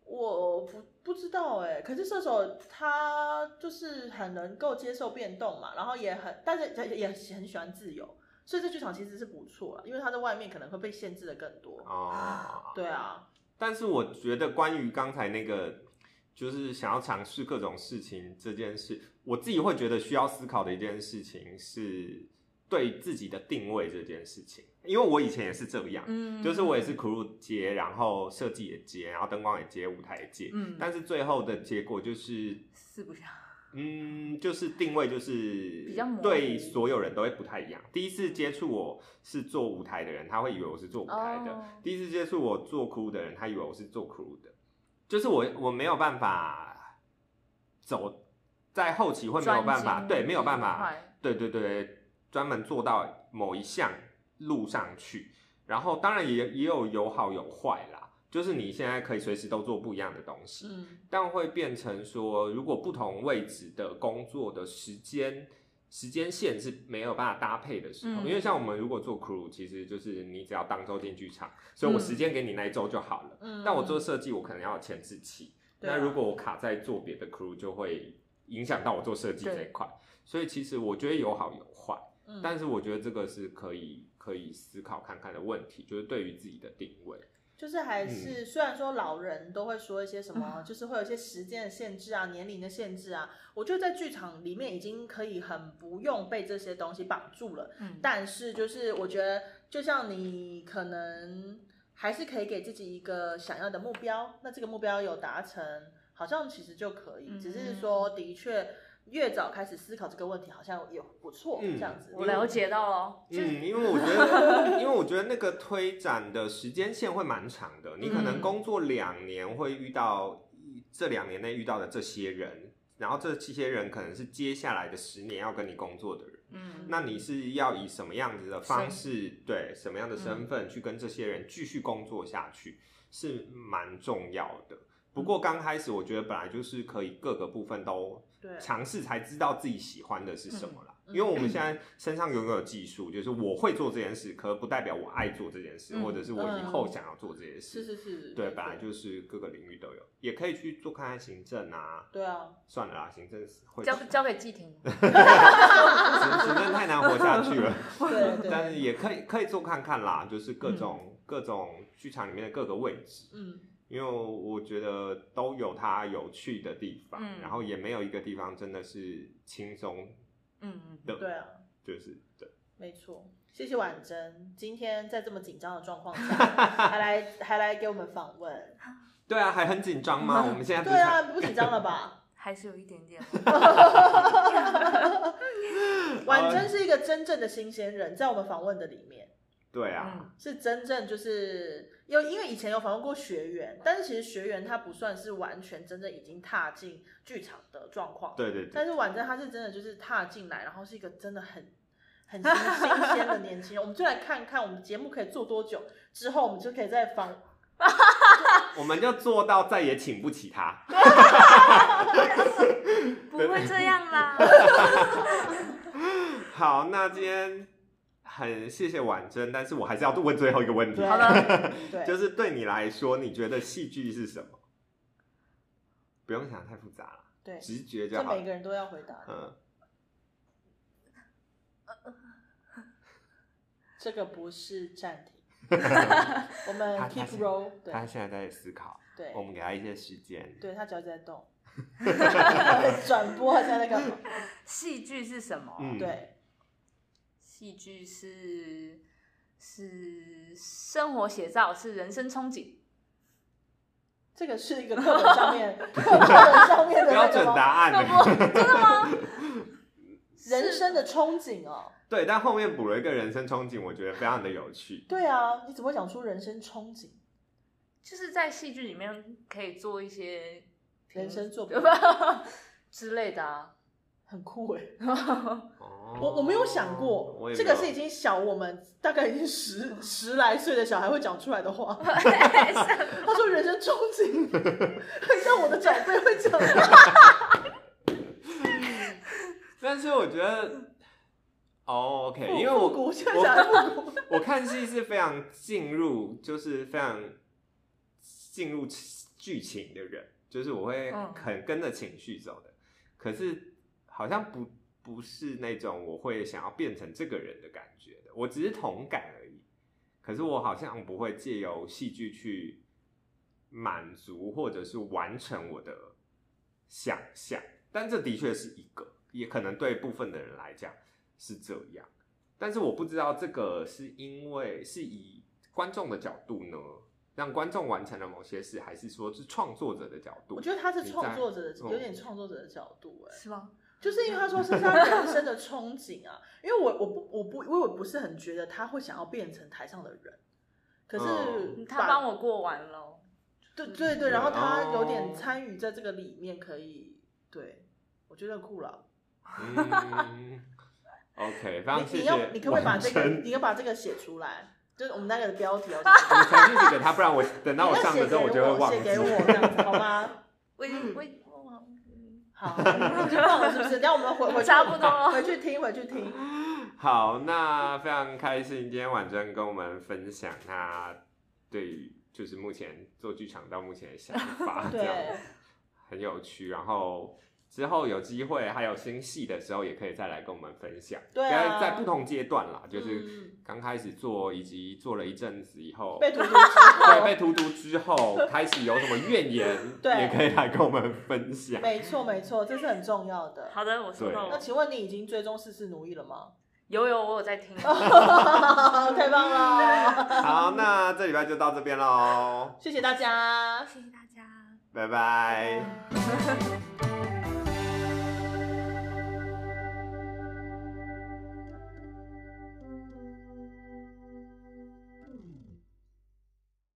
[SPEAKER 1] 我不不知道哎、可是射手他就是很能够接受变动嘛，然后也很，但是也也很喜欢自由，所以这剧场其实是不错啊啦，因为他在外面可能会被限制的更多。
[SPEAKER 2] 哦，
[SPEAKER 1] 对啊，
[SPEAKER 2] 但是我觉得关于刚才那个，就是想要尝试各种事情这件事，我自己会觉得需要思考的一件事情是对自己的定位这件事情，因为我以前也是这样，
[SPEAKER 3] 嗯，
[SPEAKER 2] 就是我也是 crew 接，然后设计也接，然后灯光也接，舞台也接，
[SPEAKER 3] 嗯
[SPEAKER 2] 但是最后的结果就是
[SPEAKER 3] 四不像。啊
[SPEAKER 2] 嗯，就是定位就是
[SPEAKER 3] 比较模糊
[SPEAKER 2] 对所有人都会不太一样。第一次接触我是做舞台的人，他会以为我是做舞台的；
[SPEAKER 3] 哦
[SPEAKER 2] 第一次接触我做 crew 的人，他以为我是做 crew 的。就是我我没有办法走在后期会没有办法，
[SPEAKER 3] 专精
[SPEAKER 2] 对，没有办
[SPEAKER 3] 这一
[SPEAKER 2] 法，
[SPEAKER 3] 块
[SPEAKER 2] 对对对，专门做到某一项路上去。然后当然也也有有好有坏啦，就是你现在可以随时都做不一样的东西。
[SPEAKER 1] 嗯，
[SPEAKER 2] 但会变成说，如果不同位置的工作的时间时间线是没有办法搭配的时候，
[SPEAKER 3] 嗯
[SPEAKER 2] 因为像我们如果做 crew，其实就是你只要当周进剧场，所以我
[SPEAKER 3] 嗯
[SPEAKER 2] 时间给你那一周就好了。
[SPEAKER 1] 嗯
[SPEAKER 2] 但我做设计，我可能要有前置期，
[SPEAKER 1] 对啊
[SPEAKER 2] 那如果我卡在做别的 crew，就会影响到我做设计这一块。所以其实我觉得有好有坏，
[SPEAKER 1] 嗯
[SPEAKER 2] 但是我觉得这个是可以可以思考看看的问题，就是对于自己的定位。
[SPEAKER 1] 就是
[SPEAKER 2] 嗯
[SPEAKER 1] 还是、虽然说老人都会说一些什
[SPEAKER 2] 啊
[SPEAKER 1] 么，就是会有一些时间的限制啊、年龄的限制啊，我觉得在剧场里面已经可以很不用被这些东西绑住了。
[SPEAKER 3] 嗯，
[SPEAKER 1] 但是就是我觉得，就像你可能还是可以给自己一个想要的目标，那这个目标有达成，好像其实就可以。
[SPEAKER 3] 嗯
[SPEAKER 1] 只是说的确越早开始思考这个问题，好像也不错。
[SPEAKER 2] 嗯
[SPEAKER 1] 这样子，
[SPEAKER 3] 我了解到了哦，就是
[SPEAKER 2] 嗯，因为我觉 得，因为我觉得那个推展的时间线会蛮长的，你可能
[SPEAKER 3] 嗯
[SPEAKER 2] 工作两年会遇到这两年内遇到的这些人，然后这些人可能是接下来的十年要跟你工作的人，
[SPEAKER 3] 嗯，
[SPEAKER 2] 那你是要以什么样子的方式，对什么样的
[SPEAKER 3] 嗯
[SPEAKER 2] 身份去跟这些人继续工作下去，是蛮重要的。不过刚开始，我觉得本来就是可以各个部分都
[SPEAKER 1] 对，嗯
[SPEAKER 2] 尝试，才知道自己喜欢的是什么啦。因为我们现在身上拥有技术，就是我会做这件事，可不代表我爱做这件事，
[SPEAKER 3] 嗯
[SPEAKER 2] 或者是我以后想要做这件
[SPEAKER 1] 嗯是
[SPEAKER 2] 事。
[SPEAKER 1] 是是，
[SPEAKER 2] 对，本来就是各个领域都有，也可以去做看看行政啊。
[SPEAKER 1] 对啊，
[SPEAKER 2] 算了啦，行政会
[SPEAKER 3] 交
[SPEAKER 2] 行
[SPEAKER 3] 交给 季婷，
[SPEAKER 2] 行政太难活下去了。
[SPEAKER 1] 对嗯对，
[SPEAKER 2] 嗯但是也可以可以做看看啦，就是各种、各种剧场里面的各个位置，
[SPEAKER 1] 嗯，
[SPEAKER 2] 因为我觉得都有它有趣的地方，
[SPEAKER 3] 嗯
[SPEAKER 2] 然后也没有一个地方真的是轻松，
[SPEAKER 3] 嗯，
[SPEAKER 1] 对啊，
[SPEAKER 2] 就是对，
[SPEAKER 1] 没错。谢谢婉珍，今天在这么紧张的状 况下，还来还来给我们访问，
[SPEAKER 2] 对啊，还很紧张吗？我们现在不
[SPEAKER 1] 对
[SPEAKER 2] 是才
[SPEAKER 1] 啊，不紧张了吧？
[SPEAKER 3] 还是有一点 点。
[SPEAKER 1] 婉珍是一个真正的新鲜人，在我们访问的里面
[SPEAKER 2] 对啊，
[SPEAKER 3] 嗯
[SPEAKER 1] 是真正就是有，因为以前有访问过学员，但是其实学员他不算是完全真正已经踏进剧场的状况，
[SPEAKER 2] 对
[SPEAKER 3] 嗯
[SPEAKER 2] 对对，
[SPEAKER 1] 但是婉珍她是真的就是踏进来，然后是一个真的很很新新鲜的年轻人，我们就来看看我们节目可以做多久，之后我们就可以再访。
[SPEAKER 2] 我们就做到再也请不起他，
[SPEAKER 3] 不会这样啦。
[SPEAKER 2] 好，那今天很谢谢婉珍，但是我还是要问最后一个问题
[SPEAKER 1] 对，
[SPEAKER 3] 好的，
[SPEAKER 1] 对，
[SPEAKER 2] 就是对你来说，你觉得戏剧是什么？不用想太复杂了，
[SPEAKER 1] 对，
[SPEAKER 2] 直觉就
[SPEAKER 1] 这
[SPEAKER 2] 好
[SPEAKER 1] 每。个人都要回答的，
[SPEAKER 2] 嗯，
[SPEAKER 1] 这个不是暂 停，我们
[SPEAKER 2] 他他
[SPEAKER 1] keep
[SPEAKER 2] 是
[SPEAKER 1] roll，对
[SPEAKER 2] 他现在在思考，
[SPEAKER 1] 对
[SPEAKER 2] 我。们给他一些时间。
[SPEAKER 1] 对他脚一直在 动，转播他现在在干嘛？
[SPEAKER 3] 戏剧是什么？
[SPEAKER 2] 嗯
[SPEAKER 1] 对，
[SPEAKER 3] 戏剧是是生活写照，是人生憧憬。
[SPEAKER 1] 这个是一个课本上面课本上面的那
[SPEAKER 2] 标
[SPEAKER 1] 个
[SPEAKER 2] 准答
[SPEAKER 1] 吗？
[SPEAKER 2] 案，
[SPEAKER 1] 人生的憧憬哦。
[SPEAKER 2] 对，但后面补了一个人生憧憬，我觉得非常的有趣。
[SPEAKER 1] 对啊，你怎么会讲出人生憧憬？
[SPEAKER 3] 就是在戏剧里面可以做一些
[SPEAKER 1] 人生作品
[SPEAKER 2] 嗯
[SPEAKER 3] 之类的啊。
[SPEAKER 1] 很酷哎，
[SPEAKER 2] 哦
[SPEAKER 1] 我我没有想
[SPEAKER 2] 我
[SPEAKER 1] 过
[SPEAKER 2] 也没有
[SPEAKER 1] 这个是已经小我们大概已经十十来岁的小孩会讲出来的话。他说人生憧憬，很像我的长辈会讲。
[SPEAKER 2] 但是我觉得，哦，OK，因为
[SPEAKER 1] 复
[SPEAKER 2] 我
[SPEAKER 1] 古现在讲
[SPEAKER 2] 我
[SPEAKER 1] 复古，
[SPEAKER 2] 我看戏是非常进入，就是非常进入剧情的人，就是我会
[SPEAKER 3] 嗯
[SPEAKER 2] 很跟着情绪走的。可是好像不不是那种我会想要变成这个人的感觉的，我只是同感而已。可是我好像不会借由戏剧去满足或者是完成我的想象，但这的确是一个，也可能对部分的人来讲是这样。但是我不知道这个是因为是以观众的角度呢，让观众完成了某些事，还是说是创作者的角度？
[SPEAKER 1] 我觉得他是
[SPEAKER 2] 你在
[SPEAKER 1] 创作者的，
[SPEAKER 2] 嗯
[SPEAKER 1] 有点创作者的角度 哎。
[SPEAKER 3] 是吗？
[SPEAKER 1] 就是因为他说是他人生的憧憬啊， 因为我我不我不因为我不是很觉得他会想要变成台上的人，可是
[SPEAKER 2] 嗯
[SPEAKER 3] 他帮我过完了，
[SPEAKER 1] 对对对，然后
[SPEAKER 2] 嗯
[SPEAKER 1] 他有点参与在这个里面，可以对我觉得很酷了。
[SPEAKER 2] 嗯 OK，非常
[SPEAKER 1] 你
[SPEAKER 2] 谢
[SPEAKER 1] 你
[SPEAKER 2] 谢
[SPEAKER 1] 要
[SPEAKER 2] 婉珍。
[SPEAKER 1] 你可不可以把这个你要把这个写出来，就是我们那个标题 哦。
[SPEAKER 2] 我传讯息给他，不然我等到
[SPEAKER 1] 你
[SPEAKER 2] 我
[SPEAKER 1] 要
[SPEAKER 2] 上
[SPEAKER 1] 写
[SPEAKER 2] 的时
[SPEAKER 1] 给
[SPEAKER 2] 候，我就会忘
[SPEAKER 1] 写给
[SPEAKER 2] 记。
[SPEAKER 1] 我这样子好吗？
[SPEAKER 3] 我已经我已经过完了。
[SPEAKER 1] 好，已经忘了是不是？等一下我们回回去
[SPEAKER 3] 差不多
[SPEAKER 1] 回去听回去听。
[SPEAKER 2] 好，那非常开心，今天婉珍跟我们分享她对于就是目前做剧场到目前的想 法，这样
[SPEAKER 1] 对，
[SPEAKER 2] 很有趣。然后之后有机会还有新戏的时候，也可以再来跟我们分享。
[SPEAKER 1] 对啊
[SPEAKER 2] 在在不同阶段啦，就是
[SPEAKER 1] 嗯
[SPEAKER 2] 刚开始做，以及做了一阵子以后，
[SPEAKER 1] 被荼毒之后
[SPEAKER 2] 对，被荼毒 之后，开始有什么怨言，
[SPEAKER 1] 对
[SPEAKER 2] 也可以来跟我们分享。
[SPEAKER 1] 没错没错，这是很重要的。
[SPEAKER 3] 好的，我收到
[SPEAKER 1] 那
[SPEAKER 3] 了。
[SPEAKER 1] 请问你已经追踪四四奴役了吗？
[SPEAKER 3] 有有，我有在听。
[SPEAKER 1] 太棒了，
[SPEAKER 2] 好，那这礼拜就到这边喽，
[SPEAKER 1] 谢谢大家。
[SPEAKER 3] 谢谢大家。
[SPEAKER 2] 拜拜。